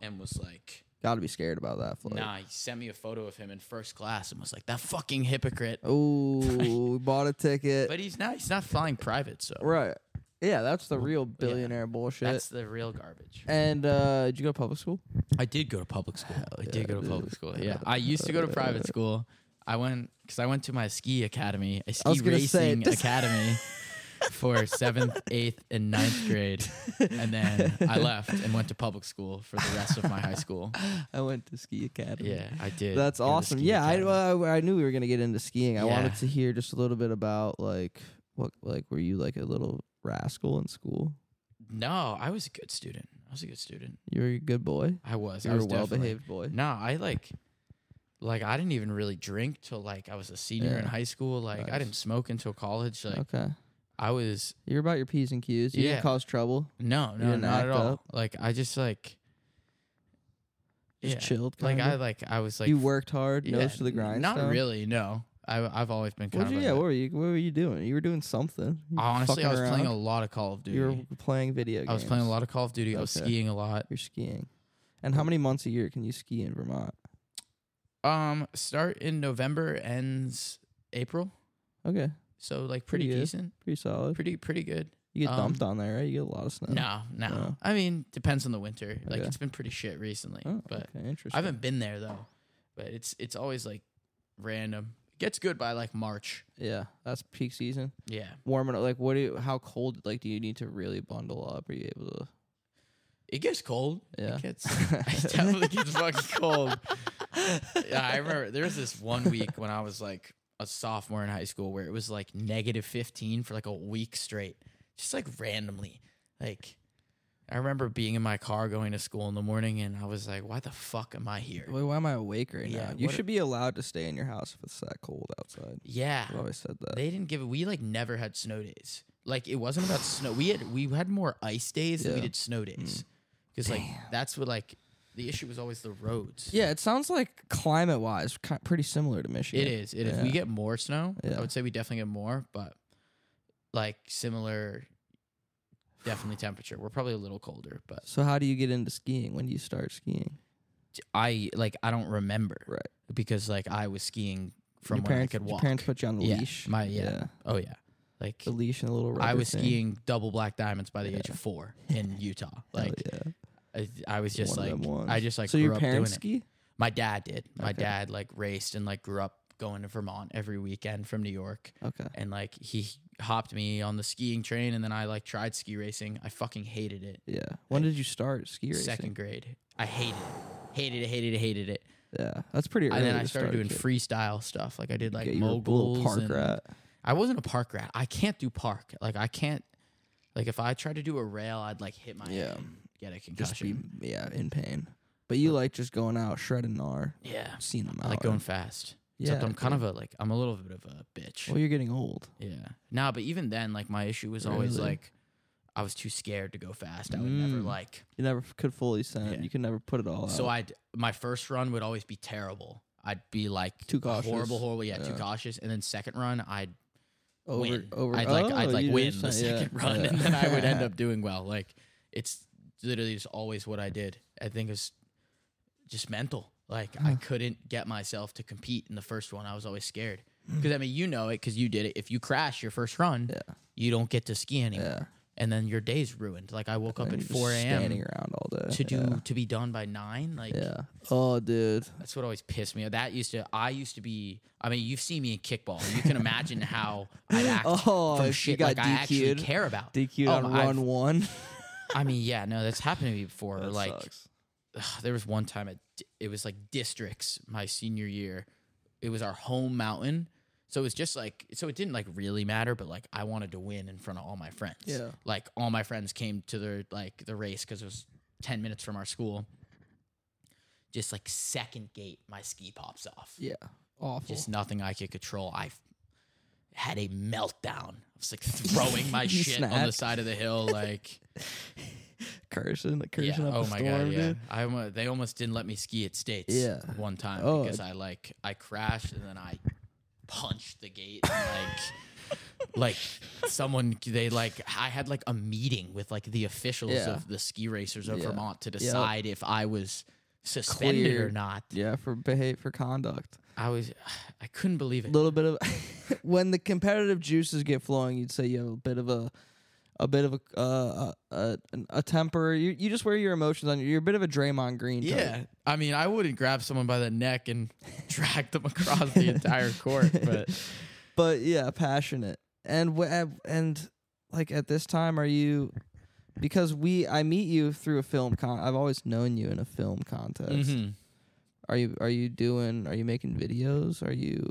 S2: and was like,
S1: Gotta be scared about that flight.
S2: "Nah." He sent me a photo of him in first class and was like, "That fucking hypocrite."
S1: Ooh, we bought a ticket.
S2: But he's not. He's not flying private, so
S1: right. Yeah, that's the real billionaire bullshit.
S2: that's the real garbage.
S1: and uh, did you go to public school?
S2: I did go to public school. I did go to public school. Yeah, I used to go to private school. I went because I went to my ski academy, a ski
S1: was gonna say,
S2: racing
S1: does-
S2: academy, for seventh, eighth, and ninth grade, and then I left and went to public school for the rest of my high school.
S1: I went to ski academy.
S2: Yeah, I did.
S1: That's
S2: go to
S1: awesome.
S2: ski
S1: Yeah, I, uh,
S2: academy.
S1: well, I I knew we were gonna get into skiing. I wanted
S2: Yeah.
S1: to hear just a little bit about like what like were you like a little rascal in school?
S2: no, I was a good student. I was a good student.
S1: You were a good boy.
S2: I was.
S1: You
S2: I
S1: were a
S2: was
S1: well
S2: definitely-
S1: behaved boy.
S2: No, I like, like I didn't even really drink till like I was a senior
S1: Yeah.
S2: in high school. Like I
S1: Nice.
S2: didn't smoke until college. Like
S1: Okay,
S2: I was
S1: you're about your p's and q's. You
S2: Yeah.
S1: didn't cause trouble.
S2: No, no,
S1: didn't
S2: not at
S1: act
S2: all.
S1: up?
S2: Like I just like
S1: Just
S2: yeah.
S1: chilled.
S2: Like I
S1: kinda?
S2: like I was like
S1: you worked hard,
S2: yeah,
S1: nose to the
S2: n-
S1: grindstone.
S2: Not really. No, I I've always been kind
S1: What
S2: of.
S1: you,
S2: like
S1: yeah,
S2: that.
S1: what were you? What were you doing? You were doing something. You were
S2: Honestly, I
S1: fucking
S2: was playing a
S1: around.
S2: lot of Call of Duty.
S1: You were playing video. games.
S2: I was playing a lot of Call of Duty. I was
S1: Okay.
S2: skiing a lot.
S1: You're skiing. And how many months a year can you ski in Vermont?
S2: Um, start in November, ends April.
S1: Okay,
S2: So like
S1: Pretty
S2: pretty,
S1: good.
S2: decent,
S1: pretty solid.
S2: pretty pretty good.
S1: You get
S2: um,
S1: dumped on there, right? You get a lot of snow.
S2: No, no.
S1: No.
S2: I mean, depends on the winter. Like
S1: Oh, Okay.
S2: it's been pretty shit recently,
S1: Oh,
S2: but
S1: okay, interesting.
S2: I haven't been there though. But it's it's always like random. gets good by like March.
S1: Yeah, that's peak season.
S2: Yeah.
S1: Warming up, like, what do you? How cold? Like, do you need to really bundle up? Are you able to?
S2: It gets cold.
S1: Yeah.
S2: It gets it definitely gets fucking cold. Yeah, I remember there was this one week when I was like a sophomore in high school where it was like negative fifteen for like a week straight. Just like randomly. Like I remember being in my car going to school in the morning and I was like, why the fuck am I here?
S1: Wait, why am I awake right
S2: Yeah,
S1: now? You
S2: what a-
S1: should be allowed to stay in your house if it's that cold outside.
S2: Yeah.
S1: I've always said that.
S2: They didn't give we like never had snow days. Like it wasn't about snow. We had we had more ice days than we
S1: Yeah. Mm.
S2: did snow days. Because like that's what like the issue was always the roads.
S1: Yeah, it sounds like climate wise, ki pretty similar to Michigan.
S2: It is. It is. We
S1: Yeah.
S2: get more snow. I
S1: Yeah.
S2: would say we definitely get more, but like similar, definitely temperature. We're probably a little colder, but
S1: So how do you get into skiing? When do you start skiing?
S2: I like I don't remember
S1: Right.
S2: because like I was skiing from
S1: your
S2: when
S1: parents,
S2: I could
S1: Your
S2: walk.
S1: parents put you on the
S2: yeah,
S1: leash.
S2: my yeah. Oh yeah. Like
S1: the leash and the little. Rubber
S2: I was
S1: thing.
S2: skiing double black diamonds by the age of four in Utah.
S1: Hell
S2: Like
S1: yeah.
S2: I, I was just
S1: One of
S2: like,
S1: them ones.
S2: I just like
S1: so
S2: grew
S1: your
S2: up
S1: parents
S2: doing it.
S1: ski?
S2: My dad did. My
S1: Okay.
S2: dad like raced and like grew up going to Vermont every weekend from New York.
S1: Okay.
S2: And like he hopped me on the skiing train and then I like tried ski racing. I fucking hated it.
S1: Yeah. When did you start ski racing?
S2: Second grade. I hated it. Hated it, hated it, hated it.
S1: Yeah, that's pretty. Early
S2: and then
S1: to
S2: I started
S1: start
S2: doing
S1: kid.
S2: freestyle stuff. Like I did like
S1: Yeah, you were a little
S2: moguls.
S1: park
S2: and-
S1: rat.
S2: I wasn't a park rat. I can't do park. Like I can't. Like if I tried to do a rail, I'd like hit my
S1: Yeah.
S2: head and get a
S1: Just
S2: concussion.
S1: be yeah in pain. But you like just going out shredding gnar.
S2: yeah,
S1: I've seen them out.
S2: I like going fast. Except
S1: Oh, Yeah,
S2: I'm kind of a like I'm a little bit of a bitch.
S1: Well, you're getting old.
S2: Yeah. Nah, but even then, like my issue was always
S1: Really?
S2: like I was too scared to go fast. I would never
S1: Mm.
S2: like.
S1: You never f- could fully send.
S2: Yeah.
S1: You can never put it all
S2: So
S1: out.
S2: I'd my first run would always be terrible. I'd be like
S1: Too cautious.
S2: horrible, horrible. Yeah, too
S1: Yeah.
S2: cautious. And then second run, I'd
S1: over
S2: win.
S1: over.
S2: I'd like I'd
S1: oh,
S2: like
S1: you
S2: win
S1: just
S2: the
S1: said- yeah,
S2: second run,
S1: yeah.
S2: and then I would end up doing well. Like it's literally just always what I did. I think it's just mental. Like I
S1: Hmm.
S2: couldn't get myself to compete in the first one. I was always scared because I mean you know it because you did it. If you crash your first run,
S1: Yeah.
S2: you don't get to ski anymore,
S1: Yeah.
S2: and then your day's ruined. Like I woke up
S1: And
S2: at
S1: you're just
S2: four
S1: Standing
S2: a.m.
S1: around all day
S2: to do
S1: Yeah.
S2: to be done by nine. Like
S1: Yeah. Oh, dude.
S2: that's what always pissed me. off. That used to I used to be. I mean, you've seen me in kickball. You can imagine how I act
S1: Oh,
S2: from
S1: if
S2: shit
S1: you got
S2: like I actually
S1: DQ'd.
S2: care about.
S1: DQ
S2: Oh,
S1: on
S2: I've-
S1: run one.
S2: I mean, yeah, no, that's happened to me before.
S1: That
S2: like,
S1: sucks.
S2: ugh, there was one time at, it was like districts my senior year. It was our home mountain. So it was just like, so it didn't like really matter, but like I wanted to win in front of all my friends.
S1: Yeah.
S2: Like all my friends came to their, like the race because it was 10 minutes from our school. Just like second gate, my ski pops off.
S1: Yeah. Awful.
S2: Just nothing I could control. I f- had a meltdown. I was like throwing my
S1: You
S2: shit on the
S1: snapped.
S2: side of the hill. Like,
S1: cursing, cursing up
S2: oh
S1: a
S2: my
S1: storm,
S2: god, yeah.
S1: dude.
S2: I almo- they almost didn't let me ski at states.
S1: Yeah.
S2: One time
S1: Oh,
S2: because
S1: it-
S2: I like I crashed and then I punched the gate and, like like someone they like I had like a meeting with like the officials
S1: Yeah.
S2: of the ski racers of
S1: Yeah.
S2: Vermont to decide if I was suspended or
S1: Cleared.
S2: not.
S1: Yeah, for behave for conduct.
S2: I was I couldn't believe
S1: A
S2: it.
S1: little bit of when the competitive juices get flowing, you'd say you have a bit of a a bit of a uh, a, a, an- a temper. You you just wear your emotions on you. You're a bit of a Draymond Green. type.
S2: Yeah. I mean, I wouldn't grab someone by the neck and drag them across the entire court, but
S1: but yeah, passionate. And wh- and- and like at this time, are you? Because we, I meet you through a film con. I've always known you in a film context.
S2: Mhm.
S1: Are you are you doing? Are you making videos? Are you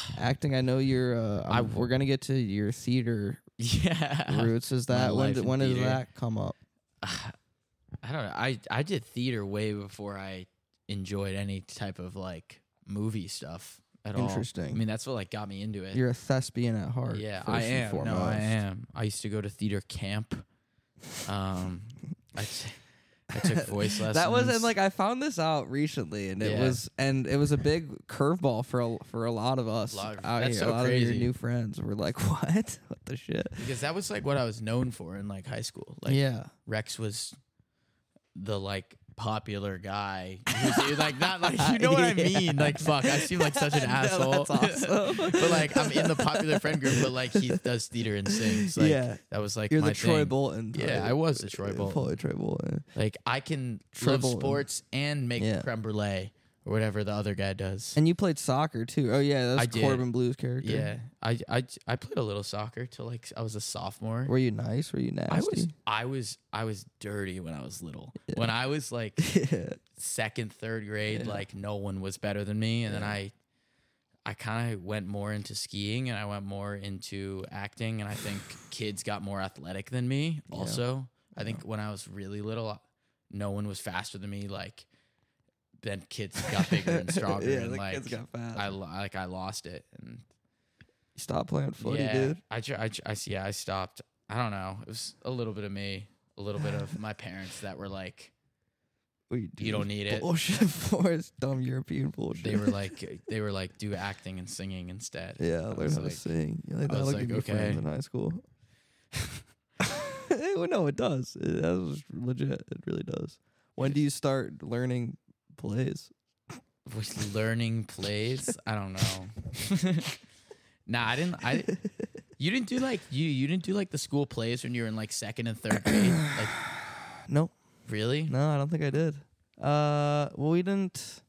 S1: acting? I know you're. Uh, I, we're gonna get to your theater
S2: yeah.
S1: roots. Is that when?
S2: Uh-huh. life
S1: Did,
S2: in
S1: when does
S2: theater.
S1: that come up?
S2: I don't know. I I did theater way before I enjoyed any type of like movie stuff at all.
S1: Interesting.
S2: I mean, that's what like got me into it.
S1: You're a thespian at heart.
S2: yeah,
S1: first
S2: I
S1: and
S2: am. No, I
S1: foremost.
S2: am. I used to go to theater camp. Um, I t- I took voice lessons.
S1: That was and like I found this out recently, and it
S2: Yeah.
S1: was and it was a big curveball for a, for a lot of us
S2: Lot of-
S1: out
S2: that's
S1: here.
S2: so
S1: a lot of
S2: crazy.
S1: your new friends were like, "What? What the shit?"
S2: because that was like what I was known for in like high school. Like
S1: yeah,
S2: Rex was the like popular guy. Who's, like not like you know what I
S1: Yeah.
S2: mean. Like fuck, I seem like such an
S1: No,
S2: asshole.
S1: that's awesome.
S2: but like I'm in the popular friend group, but like he does theater and sings. Like
S1: Yeah.
S2: that was like
S1: you're
S2: my
S1: the Troy
S2: thing.
S1: Bolton.
S2: Yeah,
S1: type.
S2: I was the Troy
S1: Yeah,
S2: Bolton.
S1: Probably Troy Bolton.
S2: Like I can
S1: Troy
S2: love
S1: Bolton.
S2: sports and make
S1: Yeah.
S2: creme brulee or whatever the other guy does.
S1: And you played soccer too. Oh yeah, that was
S2: I did.
S1: Corbin Blue's character.
S2: yeah, I, I I played a little soccer till like I was a sophomore.
S1: Were you nice? Were you nasty?
S2: I was I was I was dirty when I was little. When I was like
S1: Yeah.
S2: second, third grade, like no one was better than me. And then I I kind of went more into skiing and I went more into acting. And I think kids got more athletic than me also. I think when I was really little, no one was faster than me. Like then kids got bigger and stronger.
S1: yeah,
S2: and
S1: the
S2: like
S1: kids got fast.
S2: I lo- like I lost it. And
S1: Stop playing footy,
S2: yeah,
S1: dude.
S2: I, tr- I, tr- I see. I stopped. I don't know. It was a little bit of me, a little bit of my parents that were like,
S1: What you,
S2: you
S1: doing?
S2: don't need it.
S1: bullshit for us, dumb European bullshit.
S2: they were like they were like do acting and singing instead.
S1: Yeah,
S2: I
S1: learn
S2: was
S1: how
S2: like-
S1: to sing. You're like,
S2: I was
S1: that'll
S2: like,
S1: give you
S2: okay.
S1: friends in high school. well, no, it does. It, that was legit. It really does. When do you start learning plays?
S2: Was learning plays. I don't know. nah, I didn't. I you didn't do like you you didn't do like the school plays when you were in like second and third grade. Like
S1: Nope.
S2: Really?
S1: No, I don't think I did. Uh, well, we didn't.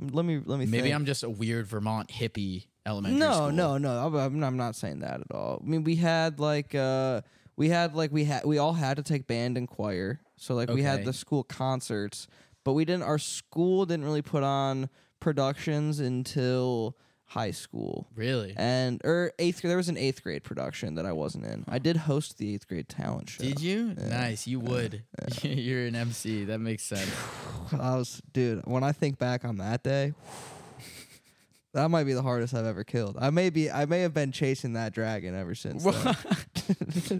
S1: Let me let me.
S2: Maybe
S1: think.
S2: I'm just a weird Vermont hippie elementary
S1: No,
S2: school.
S1: no, no. I'm- I'm, I'm not saying that at all. I mean, we had like uh, we had like we had we all had to take band and choir, so like we had
S2: Okay.
S1: the school concerts, but we didn't. Our school didn't really put on productions until high school
S2: Really?
S1: and or eighth grade. There was an eighth grade production that I wasn't in. I did host the eighth grade talent show.
S2: Did you? Nice. You would. You're an MC. That makes sense.
S1: I was, dude. When I think back on that day, that might be the hardest I've ever killed. I may be, I may have been chasing that dragon ever since. then.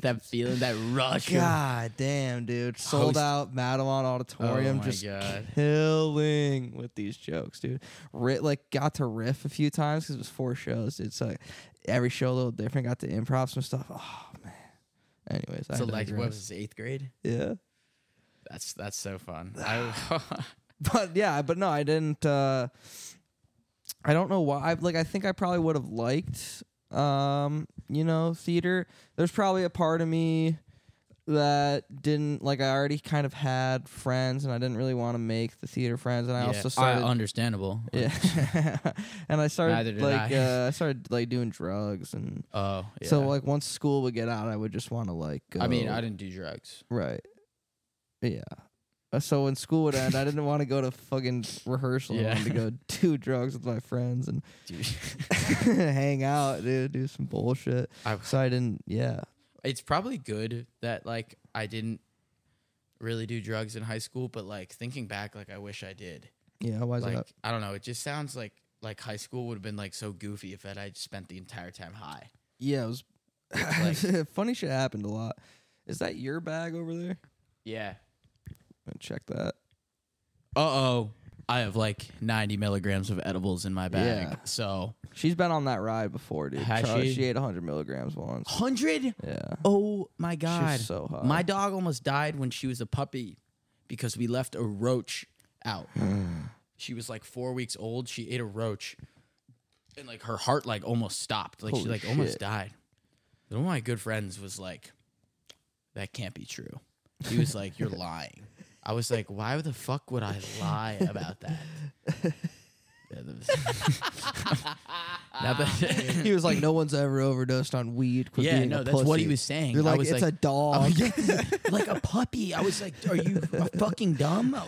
S2: that feeling, that rush. of-
S1: God damn, dude! Sold
S2: Host-
S1: out Madelon Auditorium,
S2: Oh my
S1: just
S2: God.
S1: killing with these jokes, dude. Ri- like got to riff a few times because it was four shows, dude. So like, every show a little different. Got to improv some stuff. Oh man. Anyways, I
S2: So like, what
S1: digress.
S2: was this, eighth grade?
S1: yeah.
S2: That's that's so fun. I,
S1: but yeah, but no, I didn't. Uh, I don't know why. I, like, I think I probably would have liked, um, you know, theater. There's probably a part of me that didn't like. I already kind of had friends, and I didn't really want to make the theater friends. And I
S2: Yeah,
S1: also
S2: I-
S1: started.
S2: understandable.
S1: yeah, and I
S2: Neither
S1: started
S2: did
S1: like
S2: I.
S1: uh, I started like doing drugs, and
S2: Oh, yeah.
S1: so like once school would get out, I would just want to like. Go
S2: I mean, I didn't do drugs.
S1: Right. Yeah. Uh, So when school would end, I didn't want to go to fucking rehearsal. I
S2: Yeah.
S1: wanted to go do drugs with my friends and
S2: Dude.
S1: hang out, dude, do some bullshit.
S2: I-
S1: So I didn't. Yeah.
S2: it's probably good that like I didn't really do drugs in high school, but like thinking back, like I wish I did.
S1: Yeah. Why is
S2: Like
S1: that?
S2: I don't know. It just sounds like like high school would have been like so goofy if that I spent the entire time high.
S1: Yeah. It was.
S2: It's
S1: funny shit happened a lot. Is that your bag over there?
S2: Yeah.
S1: Let me Check that.
S2: Uh oh. I have like 90 milligrams of edibles in my bag.
S1: Yeah.
S2: So
S1: She's been on that ride before, dude.
S2: Has
S1: Charlie-
S2: she?
S1: she ate 100 milligrams once.
S2: 100
S1: Yeah.
S2: Oh my god.
S1: so hot.
S2: My dog almost died when she was a puppy because we left a roach out.
S1: Hmm.
S2: she was like 4 weeks old, she ate a roach and like her heart like almost stopped. Like she
S1: Holy
S2: like almost
S1: shit.
S2: died. And one of my good friends was like that can't be true. He was like you're lying. I was like why the fuck would I lie about that? Yeah, that was- Now that-
S1: He was like, "No one's ever overdosed on weed." Quit
S2: yeah,
S1: Ah, being
S2: no,
S1: a
S2: that's what he
S1: pussy."
S2: was saying.
S1: You're
S2: I
S1: like,
S2: was
S1: "It's
S2: like,
S1: a
S2: Oh,
S1: dog."
S2: like a puppy. I was like, "Are you fucking dumb?"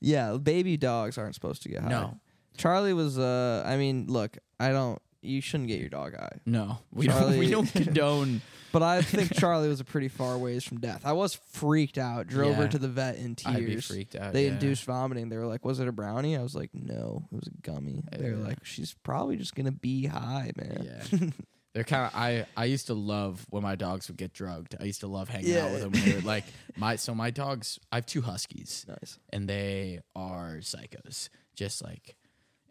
S1: Yeah, baby dogs aren't supposed to get high.
S2: No.
S1: Charlie was uh I mean, look, I don't you shouldn't get your dog high.
S2: No, we don't. We
S1: Charlie-
S2: don't condone.
S1: But I think Charlie was a pretty far ways from death. I was freaked out. Drove her
S2: Yeah.
S1: to the vet in tears.
S2: I'd be freaked out.
S1: They
S2: yeah.
S1: induced vomiting. They were like, "Was it a brownie?" I was like, "No, it was a gummy." They were
S2: Yeah.
S1: like, "She's probably just gonna be high, man."
S2: Yeah, they're kind of. I I used to love when my dogs would get drugged. I used to love hanging out
S1: Yeah.
S2: with them. When they were like my so my dogs. I have two huskies,
S1: Nice.
S2: and they are psychos. Just like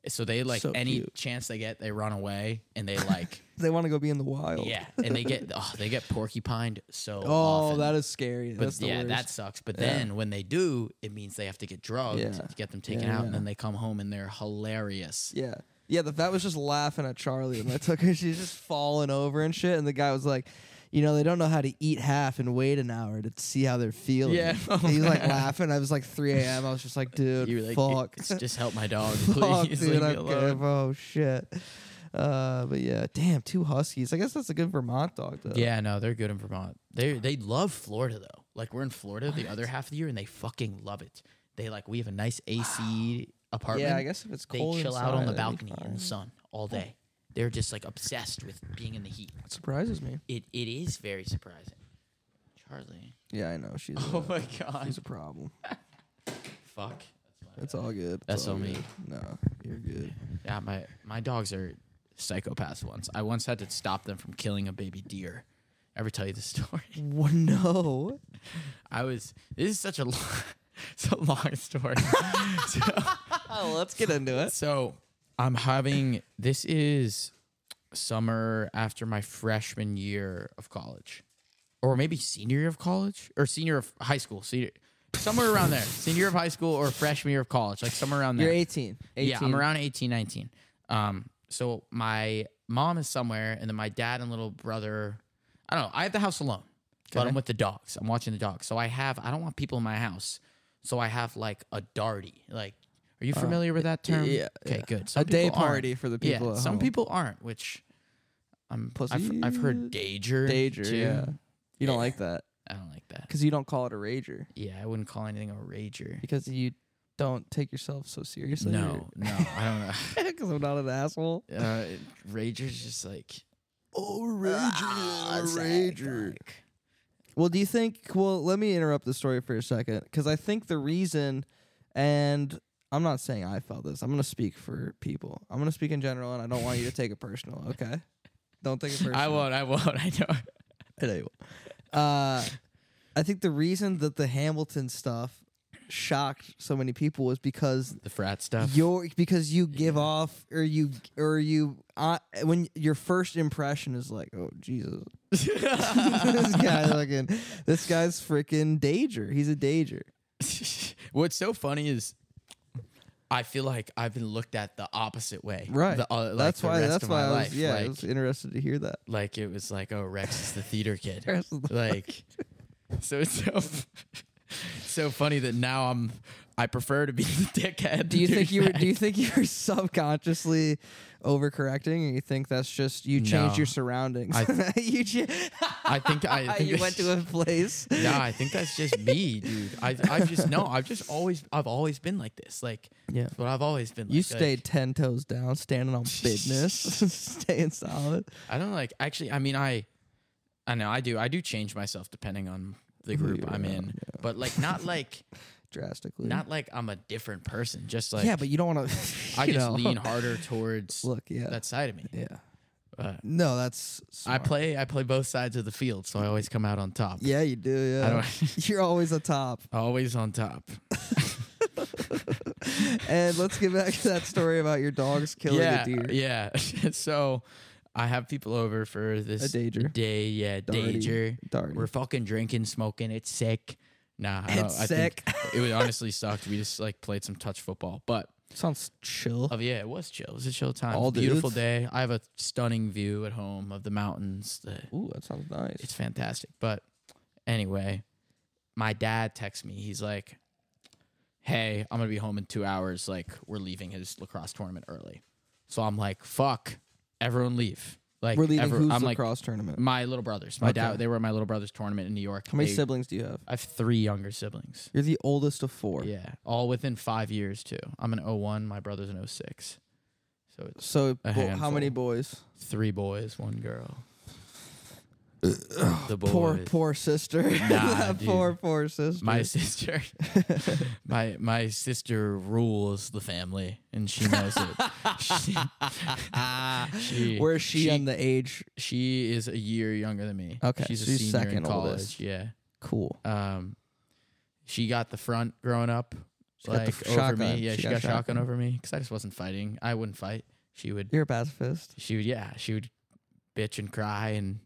S2: so, they like
S1: So
S2: any
S1: cute.
S2: chance they get, they run away, and they like
S1: They want to go be in the wild.
S2: yeah, and they get oh, they get porcupined so.
S1: Oh,
S2: often.
S1: that is scary.
S2: But
S1: That's the
S2: yeah,
S1: worst.
S2: that sucks. But
S1: Yeah.
S2: then when they do, it means they have to get drugged
S1: Yeah.
S2: to get them taken
S1: Yeah,
S2: out, and
S1: yeah.
S2: then they come home and they're hilarious.
S1: Yeah. Yeah, the vet was just laughing at Charlie when I took her. She's just falling over and shit. And the guy was like, you know, they don't know how to eat half and wait an hour to see how they're feeling.
S2: Yeah. Oh,
S1: And he was like laughing. I was like 3 a.m. I was just like, dude,
S2: You were like,
S1: fuck.
S2: "It's- just help my dog,
S1: fuck,
S2: please. leave
S1: dude,
S2: me
S1: I'm good.
S2: alone."
S1: Oh, shit. Uh, but yeah, damn, two huskies. I guess that's a good Vermont dog, though.
S2: Yeah, no, they're good in Vermont. They they love Florida though. Like we're in Florida the other half of the year, and they fucking love it. They like we have a nice AC apartment.
S1: Yeah, I guess if it's
S2: they
S1: cold,
S2: chill out on
S1: inside,
S2: the
S1: that'd be
S2: balcony in the
S1: fine.
S2: sun all day. They're just like obsessed with being in the heat.
S1: It surprises me.
S2: It it is very surprising. Charlie.
S1: Yeah, I know. She's, a,
S2: Oh my god.
S1: she's a problem.
S2: Fuck.
S1: It's all good. It's
S2: That's
S1: all
S2: on me.
S1: good. No, you're good.
S2: Yeah, my my dogs are psychopaths. Once I once had to stop them from killing a baby deer. Ever tell you this story?
S1: What? No.
S2: I was. This is such a long, it's a long story.
S1: Oh, let's get into it.
S2: so I'm having. This is summer after my freshman year of college, or maybe senior year of college, or senior of high school. Senior, somewhere around there. Senior year of high school or freshman year of college, like somewhere around there.
S1: You're 18. 18.
S2: Yeah, I'm around 18, 19. Um, so my mom is somewhere, and then my dad and little brother. I don't know. I have the house alone but I'm with the dogs. I'm watching the dogs. So I have, I don't want people in my house. So I have like a darty. Like, are you familiar with that term?
S1: Oh. yeah,
S2: Okay,
S1: yeah.
S2: good.
S1: A day
S2: people aren't.
S1: party for the people
S2: Yeah,
S1: at
S2: some
S1: home.
S2: people aren't, which I'm, I've,
S1: Pussy.
S2: I've heard dager.
S1: Dager,
S2: too.
S1: yeah. You don't
S2: Yeah.
S1: like that
S2: I don't like that.
S1: because you don't call it a rager
S2: Yeah, I wouldn't call anything a rager.
S1: because you don't take yourself so seriously.
S2: No, no, I don't know.
S1: because I'm not an asshole.
S2: uh, Rager's just like
S3: Oh,
S2: "Ah, Zach," like,
S1: Well, do you think? Well, let me interrupt the story for a second because I think the reason, and I'm not saying I felt this. I'm gonna speak for people. I'm gonna speak in general, and I don't want you to take it personal. Okay, don't take it personal.
S2: I won't. I won't. I know.
S1: I know you will. Uh, I think the reason that the Hamilton stuff shocked so many people was because
S2: The frat stuff.
S1: your because you give off or you or you uh, when your first impression is like oh Jesus this guy fucking this guy's freaking danger he's a danger
S2: What's so funny is. I feel like I've been looked at the opposite way.
S1: right
S2: The, uh, like
S1: that's
S2: the
S1: why
S2: rest
S1: that's
S2: of
S1: why
S2: my
S1: I was
S2: life.
S1: yeah I
S2: Like,
S1: was interested to hear that
S2: like it was like, oh, Rex is the theater kid.
S1: Rex is the-
S2: like, so it's so, so funny that now I'm, I prefer to be the dickhead.
S1: do you think you were do you
S2: douchebag.
S1: think you were subconsciously overcorrecting or you think that's just you changed
S2: No.
S1: your surroundings
S2: I-
S1: you cha-
S2: I think I think
S1: you went to a place
S2: Yeah, I think that's just me, dude. I I've just no, I've just always I've always been like this. Like
S1: Yeah.
S2: that's what I've always been like.
S1: you
S2: Like,
S1: stayed ten toes down standing on business staying solid
S2: I don't like actually I mean I I know I do. I do change myself depending on the
S1: Who
S2: group
S1: you're
S2: I'm in.
S1: around,
S2: But like not like
S1: drastically
S2: not like I'm a different person. Just like
S1: yeah but you don't want to
S2: I just
S1: know.
S2: lean harder towards
S1: look yeah
S2: that side of me.
S1: yeah
S2: Uh,
S1: no that's
S2: I
S1: smart.
S2: play I play both sides of the field, so I always come out on top.
S1: Yeah, you do. Yeah,
S2: I don't-
S1: you're always a top.
S2: Always on top.
S1: And let's get back to that story about your dogs killing
S2: yeah,
S1: a deer.
S2: Yeah. so I have people over for this
S1: dager.
S2: Day, yeah,
S1: Darty.
S2: danger.
S1: Darty.
S2: We're fucking drinking, smoking. It's sick. Nah, I don't,
S1: It's
S2: I Think it would honestly sucked. We just like played some touch football, but
S1: Sounds chill.
S2: oh yeah, it was chill. It was a chill time.
S1: All
S2: Beautiful
S1: dudes?
S2: day. I have a stunning view at home of the mountains. The-
S1: Ooh, that sounds nice.
S2: it's fantastic. But anyway, my dad texts me. He's like, "Hey, I'm gonna be home in two hours. Like, we're leaving his lacrosse tournament early." So I'm like, "Fuck, everyone leave." Like,
S1: We're leaving
S2: every-
S1: who's
S2: I'm like,
S1: lacrosse tournament.
S2: my little brothers. My
S1: Okay.
S2: dad. They were at my little brother's tournament in New York.
S1: How many
S2: They-
S1: siblings do you have?
S2: I have three younger siblings.
S1: You're the oldest of four.
S2: Yeah, all within five years too. I'm an 01. My brother's an 06. So it's
S1: So
S2: A
S1: bo- how many
S2: handful.
S1: boys?
S2: three boys, one girl. the boys.
S1: Uh, Poor, poor sister.
S2: Nah, dude.
S1: poor, poor sister.
S2: My sister, my my sister rules the family, and she knows it. she, she-
S1: Where is she, on the age?
S2: she is a year younger than me.
S1: Okay,
S2: she's a
S1: she's
S2: senior in
S1: second
S2: college.
S1: oldest.
S2: Yeah,
S1: Cool.
S2: um, she got the front growing up,
S1: She got the
S2: like
S1: f-
S2: over
S1: shotgun.
S2: me. Yeah, she, got, shotgun over me because I just wasn't fighting. I wouldn't fight. She would.
S1: You're a pacifist.
S2: She would. Yeah, she would bitch and cry and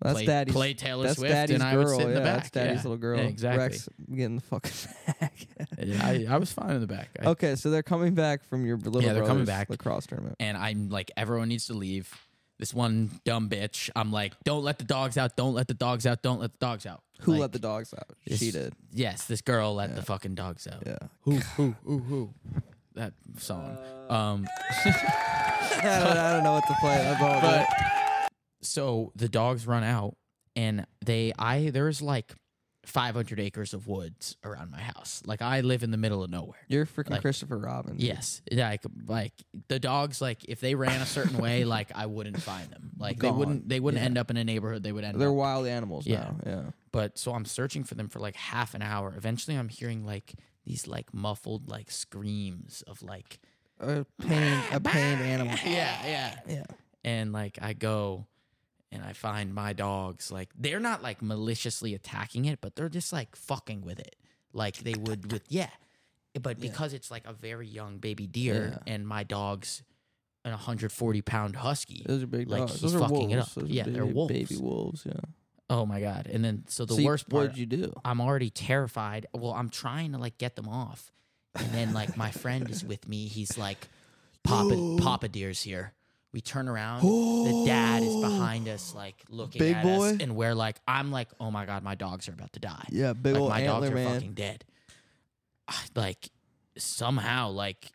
S1: That's
S2: play,
S1: daddy's.
S2: play Taylor
S1: that's
S2: Swift,
S1: daddy's
S2: and I
S1: girl.
S2: would sit in
S1: yeah,
S2: the back.
S1: that's daddy's
S2: yeah.
S1: little girl.
S2: Yeah, exactly.
S1: Rex getting the fucking back.
S2: Yeah, I, I was fine in the back. I,
S1: Okay, so they're coming back from your little
S2: Yeah, they're
S1: brother's
S2: coming back.
S1: lacrosse tournament.
S2: and I'm like, everyone needs to leave. This one dumb bitch. I'm like, don't let the dogs out. Don't let the dogs out. Don't let the dogs out.
S1: Who
S2: Like,
S1: let the dogs out? She
S2: this-
S1: did.
S2: Yes, this girl let the fucking dogs out.
S1: Yeah.
S2: Who? Who? Who? Who? That song. um.
S1: I don't- I don't know what to play. That's all
S2: but so the dogs run out and they i there's like 500 acres of woods around my house like i live in the middle of nowhere
S1: You're freaking
S2: like-
S1: Christopher Robin. dude.
S2: yes like like the dogs like if they ran a certain way like i wouldn't find them like they
S1: Gone.
S2: wouldn't they wouldn't end up in a neighborhood they would end
S1: They're
S2: up
S1: wild animals
S2: Yeah.
S1: now. Yeah.
S2: but so i'm searching for them for like half an hour eventually i'm hearing like these like muffled like screams of like
S1: A pain a pained animal.
S2: yeah yeah
S1: Yeah.
S2: and like I go and I find my dogs like they're not like maliciously attacking it, but they're just like fucking with it, like they would with yeah. But because it's like a very young baby deer, and my dog's an 140 pound husky.
S1: Those are big
S2: Like,
S1: dogs.
S2: he's
S1: Those are
S2: fucking
S1: wolves.
S2: it up.
S1: Those are
S2: Yeah, they're
S1: big
S2: wolves.
S1: Baby wolves. Yeah.
S2: Oh my god! And then so the
S1: So you-
S2: worst part,
S1: What'd you do?
S2: I'm already terrified. Well, I'm trying to like get them off, and then like my friend is with me. He's like, "Papa, Papa Deer's here. We turn around. the dad is behind us, like looking
S3: Big
S2: at us,
S3: boy.
S2: and we're like, I'm like, oh my god, my dogs are about to die.
S1: Yeah, big
S2: like
S1: old
S2: my dogs
S1: antler
S2: are
S1: man.
S2: fucking dead. I- Like somehow, like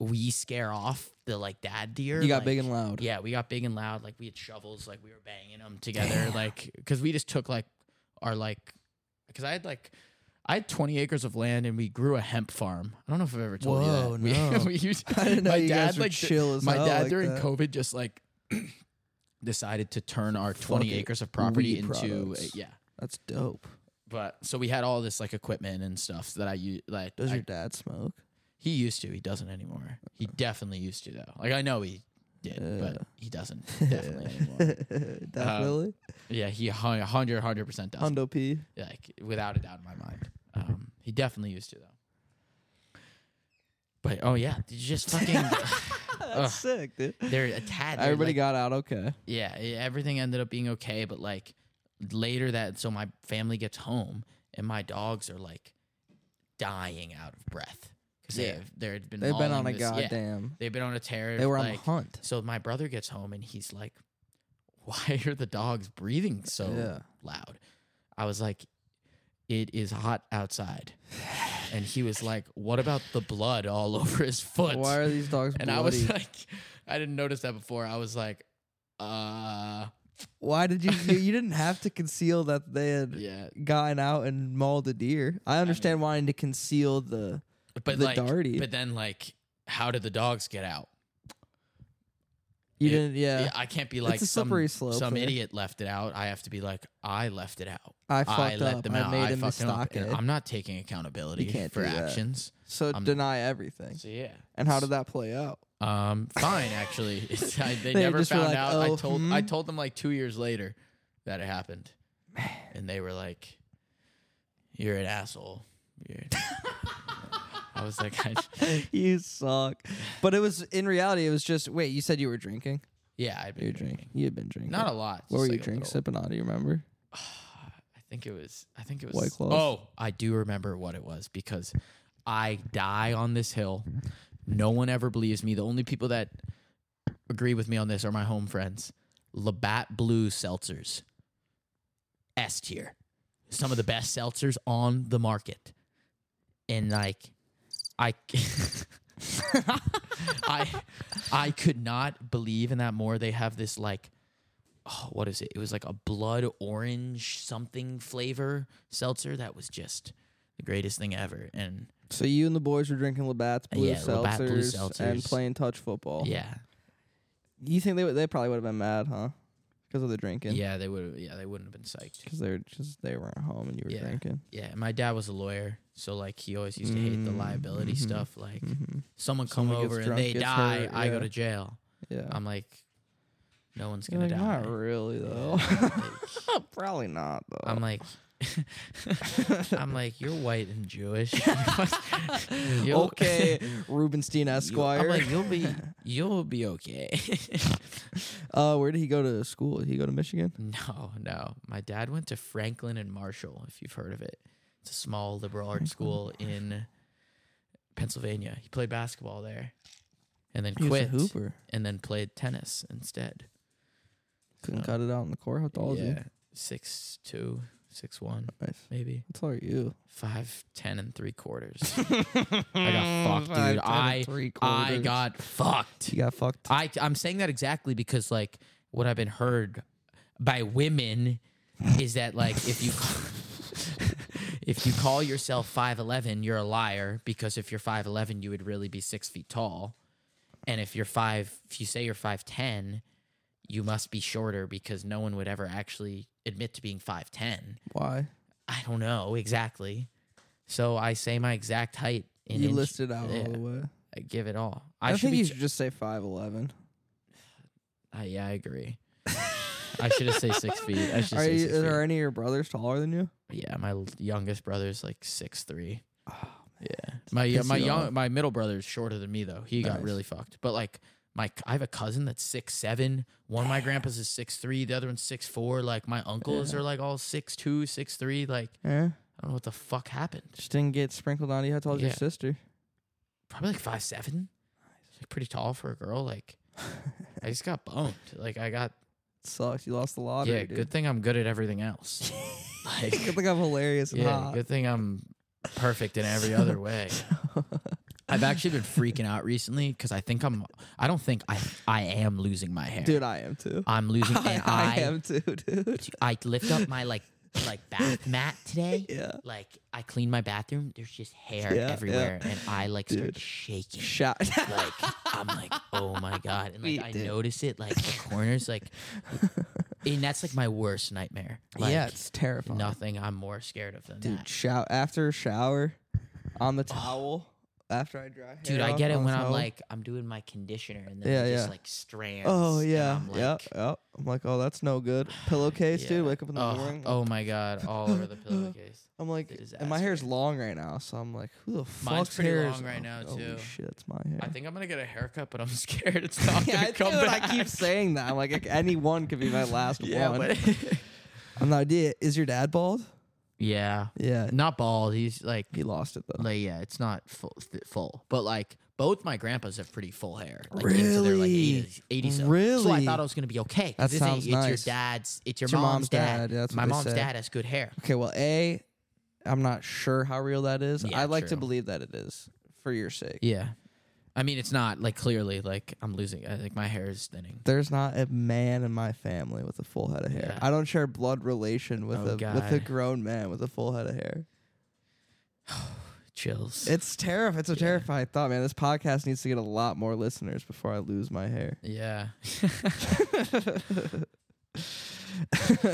S2: we scare off the like dad deer.
S1: You got
S2: like-
S1: big and loud.
S2: yeah, we got big and loud. Like we had shovels, like we were banging them together, like because we just took like our like because I had like I had 20 acres of land and we grew a hemp farm. I don't know if I've ever told
S1: Whoa,
S2: you that.
S1: no.
S2: We, we used,
S1: I didn't know
S2: my
S1: you
S2: dad
S1: guys were
S2: like
S1: chill as
S2: my
S1: hell
S2: dad
S1: like
S2: during
S1: that.
S2: COVID just like decided to turn our 20
S1: it.
S2: acres of property
S1: Weed
S2: into
S1: products.
S2: yeah.
S1: That's dope.
S2: But so we had all this like equipment and stuff that I use like
S1: Does
S2: I-
S1: your dad smoke?
S2: he used to. He doesn't anymore. He definitely used to though. Like I know he did,
S1: Yeah.
S2: but he doesn't definitely anymore.
S1: Definitely.
S2: Yeah, he hun- 100 100 percent does.
S1: Hondo P.
S2: Like without a doubt in my mind, um, he definitely used to though. But oh yeah, did you just fucking? Ugh,
S1: Sick, dude.
S2: they're a tad. they're,
S1: Everybody
S2: like-
S1: got out okay.
S2: yeah. e- Everything ended up being okay, but like later that, so my family gets home and my dogs are like dying out of breath because
S1: Yeah.
S2: they've they've been
S1: They've been
S2: hauling
S1: on a
S2: this- yeah,
S1: goddamn.
S2: they've been on a tear.
S1: They were on
S2: like,
S1: the hunt.
S2: so my brother gets home and he's like, "Why are the dogs breathing so
S1: Yeah.
S2: loud?" I was like, "It is hot outside," and he was like, "What about the blood all over his foot?"
S1: Why are these dogs
S2: and
S1: bloody?
S2: I was like, "I didn't notice that before." I was like, "Uh,
S1: Why did you, you? You didn't have to conceal that they had
S2: yeah."
S1: gotten out and mauled a deer. I understand wanting to conceal the.
S2: But
S1: The
S2: like,
S1: darty.
S2: but then like, how did the dogs get out?
S1: You
S2: It-
S1: didn't, yeah.
S2: I can't be like
S1: a slippery
S2: some,
S1: slope
S2: Some
S1: there.
S2: idiot left it out. I have to be like, I left it out.
S1: I fucked
S2: let
S1: up.
S2: them
S1: I
S2: out.
S1: made him a
S2: fucked up. And
S1: stockhead.
S2: I'm not taking accountability
S1: You can't
S2: for
S1: do that.
S2: actions.
S1: So
S2: I'm-
S1: deny everything.
S2: So yeah.
S1: And how did that play out?
S2: Um, fine actually. It's, I, they,
S1: They
S2: never
S1: just were
S2: found
S1: like,
S2: out. I
S1: "Oh,
S2: told I
S1: hmm."
S2: told them like two years later that it happened, and they were like, "You're an asshole." You're an-" I was like, I,
S1: you suck. But it was in reality, it was just wait. You said you were drinking.
S2: "Yeah, I've been
S1: You were
S2: drinking.
S1: drinking. You had been drinking.
S2: Not a lot.
S1: What were
S2: just like
S1: you
S2: a
S1: drinking?
S2: little.
S1: Sipping on? Do you remember?
S2: I think it was. I think it was.
S1: White Claws?
S2: Oh, I do remember what it was because I die on this hill. No one ever believes me. The only people that agree with me on this are my home friends. Labatt Blue seltzers, S tier, some of the best seltzers on the market, and like, I. I I could not believe in that more. They have this like oh, what is it? It was like a blood orange something flavor seltzer that was just the greatest thing ever. And
S1: So you and the boys were drinking Labatt's blue,
S2: Yeah,
S1: seltzers,
S2: Labatt Blue
S1: and
S2: Seltzers.
S1: playing touch football.
S2: yeah,
S1: You think they would? They probably would have been mad, huh? Because of the drinking.
S2: yeah, they would, yeah, they wouldn't have been psyched.
S1: Because they were just they weren't home and you were
S2: Yeah.
S1: drinking.
S2: Yeah, and my dad was a lawyer, so like he always used to hate the
S1: Mm,
S2: liability
S1: mhm,
S2: stuff. Like
S1: hmm
S2: someone come
S1: Someone gets
S2: over and
S1: drunk,
S2: they
S1: gets
S2: die,
S1: hurt,
S2: I
S1: yeah.
S2: go to jail.
S1: Yeah.
S2: I'm like, no one's
S1: You're
S2: gonna
S1: like,
S2: die.
S1: Not really though.
S2: Yeah, like,
S1: probably not though.
S2: I'm like. I'm like you're white and Jewish. You'll-
S1: okay, Rubenstein
S2: you-
S1: Esquire.
S2: "Oh." I'm like, you'll be you'll be okay.
S1: uh, where did he go to school? Did he go to Michigan?
S2: no, no. My dad went to Franklin and Marshall, if you've heard of it. It's a small liberal arts school in Pennsylvania. He played basketball there and then
S1: He was a
S2: quit
S1: Hooper.
S2: and then played tennis instead.
S1: Couldn't
S2: So,
S1: cut it out in the court. How tall is he?
S2: yeah, six two, six one,
S1: Nice.
S2: maybe.
S1: How tall are you?
S2: Five ten and three quarters. I got fucked, dude. I
S1: three
S2: I got fucked.
S1: You got fucked.
S2: I I'm saying that exactly because like what I've been heard by women is that like if you if you call yourself five eleven, you're a liar because if you're five eleven, you would really be six feet tall, and if you're five, if you say you're five ten, you must be shorter because no one would ever actually admit to being five ten.
S1: Why?
S2: I don't know exactly, so I say my exact height. In
S1: you
S2: inch-
S1: listed out
S2: Yeah,
S1: all the way.
S2: I give it all.
S1: I,
S2: I, should
S1: think
S2: be
S1: you
S2: ch-
S1: should just say five eleven.
S2: Uh, yeah, I agree. I should have said six feet. I should
S1: Are
S2: say
S1: you?
S2: six feet.
S1: Are any of your brothers taller than you?
S2: Yeah, my l- youngest brother's like six three.
S1: Oh,
S2: Yeah, my
S1: Piss
S2: my
S1: you
S2: young
S1: off.
S2: my middle brother's shorter than me though. He got
S1: Nice.
S2: really fucked. But like my c- I have a cousin that's six seven. One of my grandpas is six three. The other one's six four. Like my uncles
S1: Yeah.
S2: are like all six two, six three. Like
S1: Yeah.
S2: I don't know what the fuck happened.
S1: Just didn't get sprinkled on you. How tall is
S2: Yeah.
S1: your sister?
S2: Probably like five seven. She's like pretty tall for a girl. Like I just got boned. Like I got
S1: Sucks. You lost the lottery.
S2: yeah.
S1: dude.
S2: Good thing I'm good at everything else.
S1: Good
S2: like
S1: thing I'm hilarious and
S2: yeah.
S1: hot.
S2: Good thing I'm perfect in every other way. I've actually been freaking out recently because I think I'm. I don't think I. I am losing my hair.
S1: Dude, I am too.
S2: I'm losing.
S1: I,
S2: and
S1: I
S2: I,
S1: am too, dude.
S2: I lift up my like like bath mat today.
S1: Yeah.
S2: Like I clean my bathroom. There's just hair
S1: Yeah, yeah.
S2: everywhere, and I like start
S1: Dude.
S2: shaking.
S1: Shout.
S2: like I'm like, oh my god, and
S1: Me
S2: like I
S1: too.
S2: notice it like in corners, like, and that's like my worst nightmare. Like,
S1: yeah, it's terrifying.
S2: nothing. I'm more scared of than
S1: Dude,
S2: that.
S1: shower after a shower on the towel after I dry.
S2: Dude,
S1: hair
S2: I
S1: off
S2: get it
S1: on the
S2: when I'm
S1: towel.
S2: like I'm doing my conditioner and then
S1: Yeah,
S2: it just
S1: yeah.
S2: like strands.
S1: oh
S2: and
S1: yeah,
S2: I'm
S1: yeah,
S2: like,
S1: yeah. I'm like, oh, that's no good. Pillowcase,
S2: yeah.
S1: dude. Wake up in the
S2: oh,
S1: morning.
S2: Oh my god, all over the pillowcase.
S1: I'm like,
S2: the
S1: and my hair's
S2: disaster.
S1: long right now, so I'm like, who the fuck's
S2: pretty
S1: hair
S2: long
S1: is
S2: right now,
S1: Holy
S2: too.
S1: shit, it's my hair.
S2: I think I'm gonna get a haircut, but I'm scared it's not
S1: yeah,
S2: gonna
S1: I,
S2: come
S1: dude,
S2: back.
S1: I keep saying that. I'm like, any one could be my last
S2: yeah,
S1: one.
S2: but
S1: I'm not. yeah, Is your dad bald?
S2: yeah,
S1: Yeah,
S2: not bald. He's like
S1: he lost it though.
S2: like yeah, it's not full, th- full, but like both my grandpas have pretty full hair, like into their like
S1: Really?
S2: 80s, 80s. So I
S1: Really?
S2: thought I was gonna be okay.
S1: That
S2: 'cause this ain't-
S1: sounds
S2: it's
S1: nice.
S2: your dad's, it's your,
S1: It's your
S2: mom's,
S1: mom's
S2: dad.
S1: dad, yeah, that's
S2: my
S1: what they
S2: mom's
S1: say.
S2: dad has good hair.
S1: Okay, well, A, I'm not sure how real that is.
S2: Yeah,
S1: I'd like to
S2: true.
S1: believe that it is for your sake.
S2: Yeah, I mean it's not like clearly like I'm losing. I think my hair is thinning.
S1: There's not a man in my family with a full head of hair.
S2: Yeah.
S1: I don't share blood relation with
S2: Oh,
S1: a with a
S2: God.
S1: grown man with a full head of hair.
S2: Chills.
S1: It's terrifying. It's a terrifying thought, man. This podcast needs to get a lot more listeners before I lose my hair.
S2: yeah,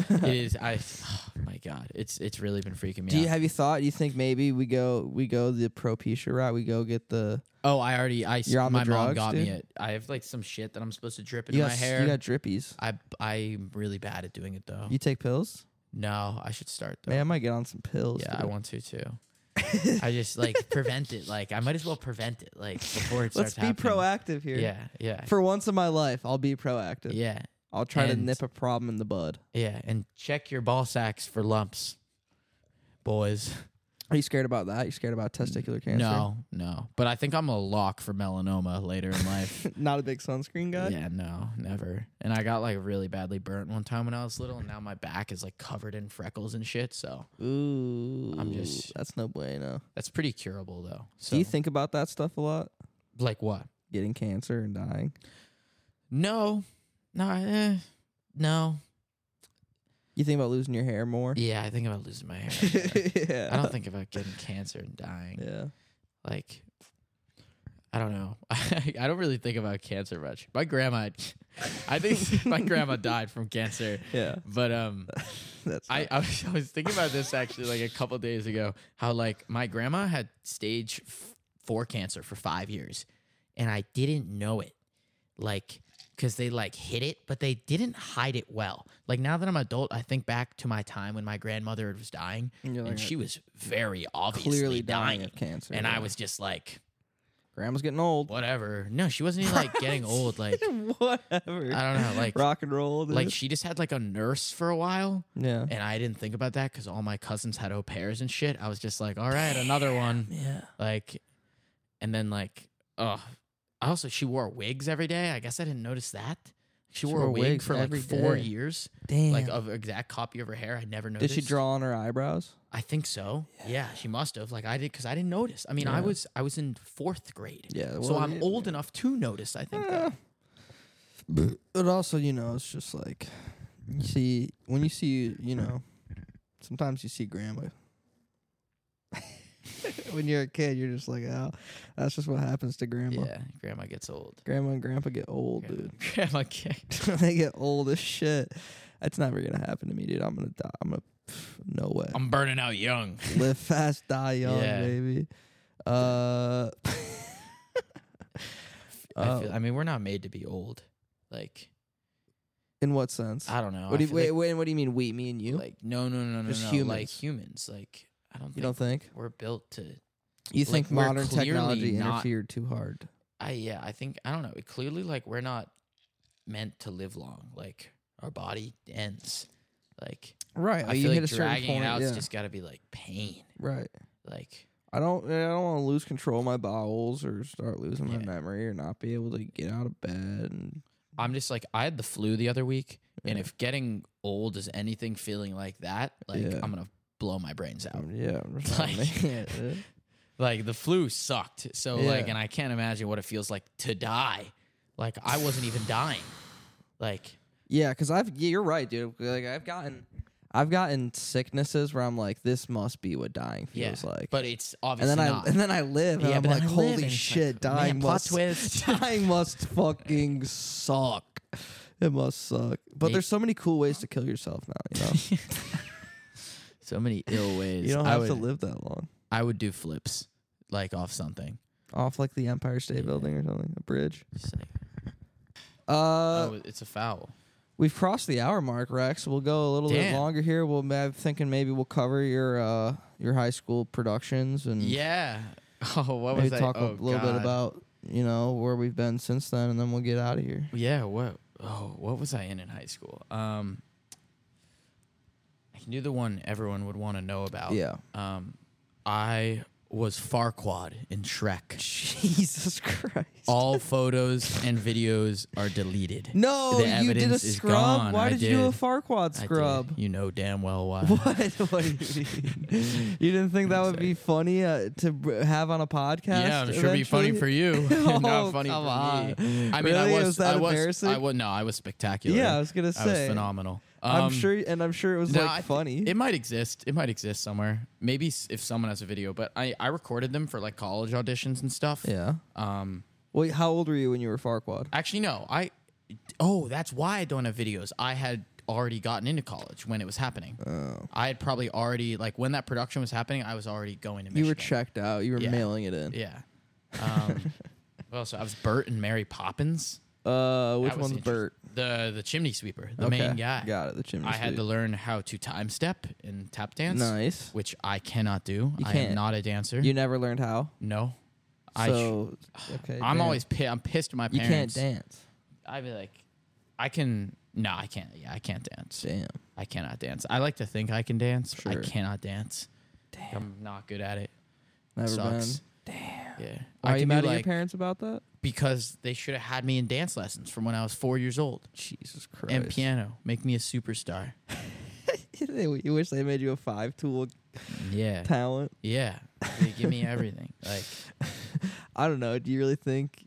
S2: it is. I. Oh my god, it's it's really been freaking me
S1: Do
S2: out.
S1: you have you thought? You think maybe we go we go the propecia route? We go get the
S2: oh, I already. I. s-
S1: You're on the
S2: my mom
S1: drugs,
S2: got me
S1: dude?
S2: it. I have like some shit that I'm supposed to drip into
S1: you
S2: my
S1: got, s-
S2: hair.
S1: you got drippies.
S2: I I'm really bad at doing it though.
S1: You take pills?
S2: No, I should start though.
S1: Man, I might get on some pills.
S2: yeah, I
S1: dude.
S2: want to too. I just like prevent it. Like I might as well prevent it. Like before it
S1: Let's
S2: starts.
S1: be proactive here.
S2: Yeah, yeah,
S1: For once in my life, I'll be proactive.
S2: yeah,
S1: I'll try to
S2: And-
S1: nip a problem in the bud.
S2: yeah. And check your ball sacks for lumps, boys.
S1: Are you scared about that? You scared about testicular cancer?
S2: No, no. But I think I'm a lock for melanoma later in life.
S1: Not a big sunscreen guy?
S2: yeah, no, never. And I got like really badly burnt one time when I was little, and now my back is like covered in freckles and shit. So
S1: Ooh.
S2: I'm just-
S1: That's no bueno.
S2: that's pretty curable though. So
S1: Do you think about that stuff a lot?
S2: like what?
S1: Getting cancer and dying?
S2: No, no, eh, no.
S1: You think about losing your hair more?
S2: Yeah, I think about losing my hair. yeah.
S1: yeah.
S2: I don't think about getting cancer and dying.
S1: Yeah.
S2: Like, I don't know. I, don't really think about cancer much. My grandma, I think my grandma died from cancer.
S1: Yeah.
S2: But um,
S1: That's
S2: I
S1: not-
S2: I was, I was thinking about this actually like a couple days ago. How like my grandma had stage f- four cancer for five years, and I didn't know it, like because they like hid it, but they didn't hide it well. Like now that I'm adult, I think back to my time when my grandmother was dying,
S1: And you're
S2: and
S1: like,
S2: she was very obviously
S1: clearly dying,
S2: dying,
S1: of cancer.
S2: and I
S1: yeah.
S2: was just like,
S1: Grandma's getting old.
S2: whatever. No, she wasn't even like getting old. Like
S1: Whatever.
S2: I don't know, like
S1: Rock and roll. Dude.
S2: like she just had like a nurse for a while.
S1: yeah.
S2: And I didn't think about that because all my cousins had au pairs and shit. I was just like, all right, another one.
S1: Yeah.
S2: Like, and then like, oh, I also she wore wigs every day. I guess I didn't notice that. She, wore, a wig
S1: wigs
S2: for like
S1: every
S2: four
S1: day.
S2: years,
S1: Damn.
S2: like of exact copy of her hair. I never
S1: Did
S2: noticed.
S1: she draw on her eyebrows?
S2: I think so. Yeah, she must have. Like I did because I didn't notice. I mean, I
S1: Yeah.
S2: was I was in fourth grade.
S1: Yeah,
S2: so
S1: well,
S2: I'm
S1: yeah,
S2: old enough to notice. I think. though.
S1: But also, you know, it's just like you see when you see you know, sometimes you see grandma. when you're a kid, you're just like, oh, that's just what happens to grandma.
S2: Yeah, grandma gets old.
S1: Grandma and grandpa get old,
S2: Grandma-
S1: dude.
S2: Grandma can't.
S1: they get old as shit. That's never gonna happen to me, dude. I'm gonna die. I'm gonna pff, no way.
S2: I'm burning out young.
S1: Live fast, die young,
S2: Yeah.
S1: baby. Uh,
S2: I,
S1: Oh.
S2: feel, I mean, we're not made to be old. Like
S1: in what sense?
S2: I don't know.
S1: What
S2: I
S1: do you,
S2: feel
S1: wait,
S2: like,
S1: wait, what do you mean? We, me, and you?
S2: like, no, no, no, no,
S1: Just
S2: no. Like
S1: humans.
S2: humans. Like I don't. Think
S1: you don't think?
S2: we're built to?
S1: You
S2: Like,
S1: think
S2: we're
S1: modern
S2: clearly
S1: technology
S2: not-
S1: interfered too hard?
S2: I yeah. I think I don't know. It clearly, like we're not meant to live long. Like our body ends. Like
S1: Right.
S2: I feel like dragging it out's
S1: yeah.
S2: just got to be like pain.
S1: right.
S2: Like
S1: I don't. I don't want to lose control of my bowels or start losing my
S2: Yeah.
S1: memory or not be able to get out of bed. And
S2: I'm just like I had the flu the other week, and
S1: Yeah.
S2: if getting old is anything feeling like that, like
S1: Yeah.
S2: I'm gonna blow my brains out.
S1: um, yeah, I'm just not
S2: Like-
S1: making it, dude.
S2: Like the flu sucked, so like,
S1: Yeah.
S2: and I can't imagine what it feels like to die. Like I wasn't even dying. Like
S1: Yeah, because I've yeah, you're right, dude. 'Cause, Like I've gotten, I've gotten sicknesses where I'm like, this must be what dying
S2: yeah,
S1: feels like.
S2: but it's
S1: and
S2: obviously
S1: then I
S2: not.
S1: and then I live and
S2: Yeah,
S1: I'm
S2: but then
S1: like,
S2: I live, and
S1: holy
S2: it's
S1: shit,
S2: like,
S1: dying
S2: man, plot
S1: must
S2: twist.
S1: dying must fucking suck. It must suck. But
S2: Me-
S1: there's so many cool ways to kill yourself now. You know,
S2: so many ill ways.
S1: you don't
S2: I
S1: have
S2: would,
S1: to live that long.
S2: I would do flips, like off something.
S1: Off like the Empire State
S2: Yeah.
S1: Building or something, a bridge.
S2: Just like,
S1: Uh,
S2: oh, it's a foul.
S1: we've crossed the hour mark, Rex. We'll go a little
S2: Damn.
S1: bit longer here. We'll I'm thinking maybe we'll cover your uh your high school productions and
S2: Yeah. Oh, what
S1: maybe
S2: was
S1: talk
S2: I?
S1: a
S2: oh,
S1: little bit
S2: God.
S1: about you know where we've been since then, and then we'll get out of here.
S2: Yeah, what? Oh, what was I in in high school? Um, I knew the one everyone would want to know about.
S1: Yeah.
S2: Um, I was Farquad in Shrek.
S1: Jesus Christ.
S2: All photos and videos are deleted.
S1: No,
S2: The
S1: you did a
S2: evidence is
S1: scrub.
S2: gone.
S1: Why
S2: I
S1: did, you do a
S2: did.
S1: Farquad
S2: I did.
S1: scrub?
S2: You know damn well why.
S1: What? what do you mean? You didn't think that would be funny uh, to b- have on a podcast?
S2: Yeah, I'm sure it'd be funny
S1: eventually?
S2: for you.
S1: Oh,
S2: Not funny
S1: come
S2: for
S1: on.
S2: me. I mean, I
S1: Really?
S2: was,
S1: Was that
S2: I was,
S1: embarrassing?
S2: I was, no, I was spectacular.
S1: Yeah, I was gonna
S2: I was
S1: say.
S2: phenomenal.
S1: I'm
S2: Um,
S1: sure, and I'm sure it was
S2: no,
S1: like
S2: I th-
S1: funny.
S2: It might exist. It might exist somewhere. Maybe s- if someone has a video, but I, I recorded them for like college auditions and stuff.
S1: yeah.
S2: Um.
S1: Wait, how old were you when you were Farquad?
S2: Actually, no. I. Oh, that's why I don't have videos. I had already gotten into college when it was happening. Oh. I had probably already like when that production was happening. I was already going to. Michigan.
S1: You were checked out. You were
S2: Yeah.
S1: mailing it in.
S2: Yeah. Um. well, so I was Bert and Mary Poppins.
S1: Uh, which
S2: That was
S1: one's
S2: interest-
S1: Bert?
S2: The the chimney sweeper, the
S1: Okay,
S2: main guy.
S1: Got it. The chimney.
S2: I had
S1: sweep.
S2: to learn how to time step and tap dance.
S1: nice.
S2: which I cannot do.
S1: You
S2: I
S1: can't.
S2: am not a dancer.
S1: You never learned how.
S2: no. I
S1: So okay,
S2: sh- I'm
S1: damn.
S2: always pi- I'm pissed at my
S1: you can't
S2: parents.
S1: dance.
S2: I'd be like, I can. No, I can't. Yeah, I can't dance.
S1: Damn.
S2: I cannot dance. I like to think I can dance. but
S1: Sure.
S2: I cannot dance. Damn. I'm not good at it.
S1: Never
S2: Sucks.
S1: been.
S2: Yeah.
S1: Are
S2: I
S1: you
S2: can do,
S1: mad at your
S2: like,
S1: parents about that?
S2: Because they should have had me in dance lessons from when I was four years old.
S1: Jesus Christ.
S2: And piano. Make me a superstar.
S1: you wish they made you a five tool
S2: Yeah.
S1: talent.
S2: Yeah. They give me everything. Like,
S1: I don't know. Do you really think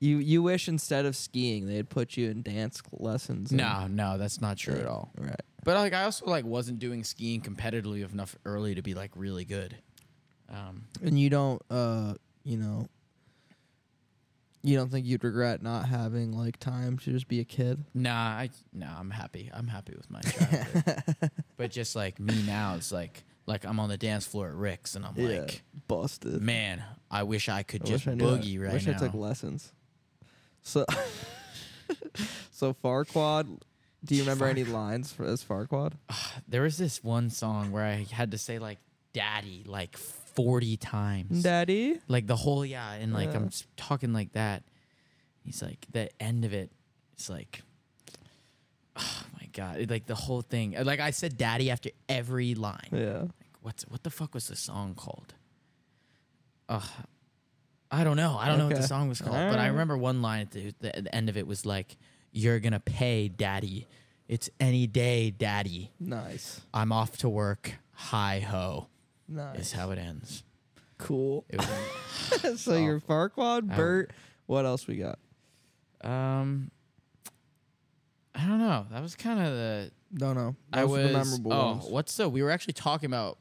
S1: you you wish instead of skiing they had put you in dance lessons? and-
S2: no, no, that's not true at all.
S1: Right.
S2: But like I also like wasn't doing skiing competitively enough early to be like really good. Um,
S1: And you don't uh you know you don't think you'd regret not having like time to just be a kid?
S2: nah, I nah, I'm happy. I'm happy with my childhood. but just like me now, it's like like I'm on the dance floor at Rick's and I'm like,
S1: busted.
S2: man, I wish I could
S1: I
S2: just
S1: wish I knew that.
S2: boogie right
S1: wish
S2: now.
S1: I took lessons. So So Farquad, do you remember any lines for as Farquad?
S2: there was this one song where I had to say like "daddy" like 40 times.
S1: Daddy?
S2: like the whole yeah and like
S1: Yeah.
S2: i'm s- talking like that he's like the end of it it's like oh my god it- like the whole thing uh, like i said daddy after every line
S1: Yeah.
S2: like what's what the fuck was the song called uh i don't know i don't know what
S1: Okay.
S2: the song was called but i
S1: Alright.
S2: remember one line at the, the, the end of it was like you're gonna pay daddy it's any day daddy
S1: Nice.
S2: i'm off to work hi ho
S1: Nice.
S2: is how it ends
S1: cool.
S2: it was
S1: so your Farquad,
S2: Ow.
S1: Bert, what else we got?
S2: Um, I don't know. That was kind of the
S1: Don't know.
S2: I
S1: Those
S2: was.
S1: are the memorable
S2: oh,
S1: ones.
S2: what's the? We were actually talking about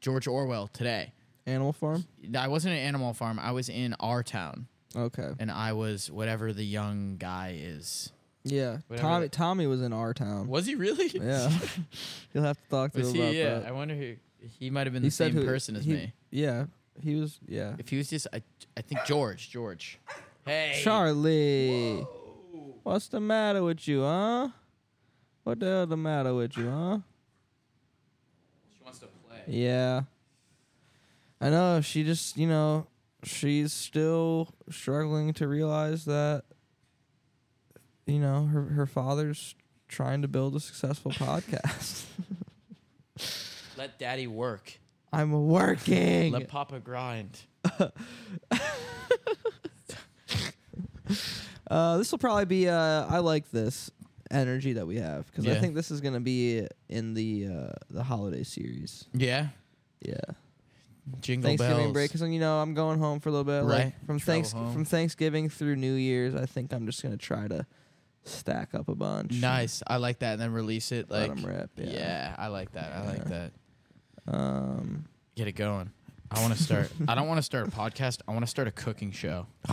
S2: George Orwell today.
S1: Animal Farm?
S2: I wasn't in Animal Farm. I was in Our Town,
S1: Okay.
S2: and I was whatever the young guy is.
S1: Yeah.
S2: Whatever
S1: Tommy
S2: the-
S1: Tommy was in our town.
S2: Was he really?
S1: Yeah. You'll have to talk to
S2: was
S1: him about
S2: he? Yeah. I
S1: that.
S2: wonder who. He might have been
S1: He
S2: the same
S1: who-
S2: person as
S1: he-
S2: me.
S1: Yeah. He was yeah.
S2: If he was just, I, I think George. George. Hey.
S1: Charlie. What's the matter with you, huh? What the hell the matter with you, huh?
S2: She wants to play.
S1: Yeah. I know she just, you know, she's still struggling to realize that you know, her her father's trying to build a successful podcast.
S2: Let Daddy work.
S1: I'm working.
S2: Let Papa grind.
S1: Uh, this will probably be. Uh, I like this energy that we have because I
S2: Yeah.
S1: think this is gonna be in the uh, the holiday series.
S2: Yeah.
S1: Yeah,
S2: Jingle
S1: Thanksgiving
S2: bells.
S1: break because you know I'm going home for a little bit.
S2: Right.
S1: Like, from
S2: Travel
S1: thanks
S2: home.
S1: from Thanksgiving through New Year's, I think I'm just gonna try to stack up a bunch.
S2: Nice. I like that. And then release it.
S1: Let
S2: Like,
S1: 'em rip, yeah.
S2: I like that. I
S1: Yeah.
S2: like that.
S1: Um.
S2: Get it going. I want to start. I don't want to start a podcast. I want to start a cooking show. I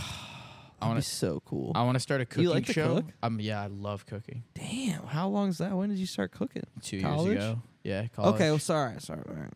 S1: That'd
S2: want
S1: be
S2: to.
S1: so cool.
S2: I want to start a cooking
S1: You like to
S2: show.
S1: cook?
S2: Um, yeah, I love cooking.
S1: Damn. How long's that? When did you start cooking?
S2: Two
S1: College?
S2: years ago. Yeah. College.
S1: Okay. Well, sorry. Sorry. All right.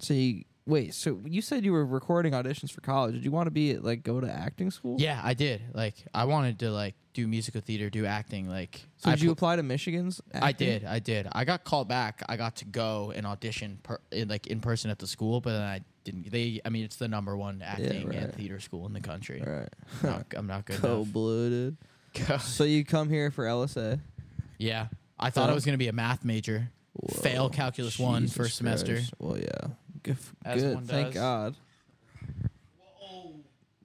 S1: So you, wait. So you said you were recording auditions for college. Did you want to be at, like go to acting school?
S2: Yeah, I did. Like, I wanted to like do musical theater, do acting. Like,
S1: So
S2: I
S1: did you
S2: pl-
S1: apply to Michigan's?
S2: I
S1: acting?
S2: did. I did. I got called back. I got to go and audition per, in, like in person at the school, but then I didn't. They, I mean, it's the number one acting
S1: right.
S2: and theater school in the country.
S1: All right.
S2: I'm, not, I'm not good
S1: Cold blooded.
S2: enough.
S1: So you come here for LSA?
S2: yeah, I thought I was gonna be a math major. Fail
S1: Whoa.
S2: calculus one
S1: Jesus
S2: first semester.
S1: Christ. Well, yeah. Good. f-
S2: As
S1: good.
S2: one
S1: Thank
S2: does.
S1: God.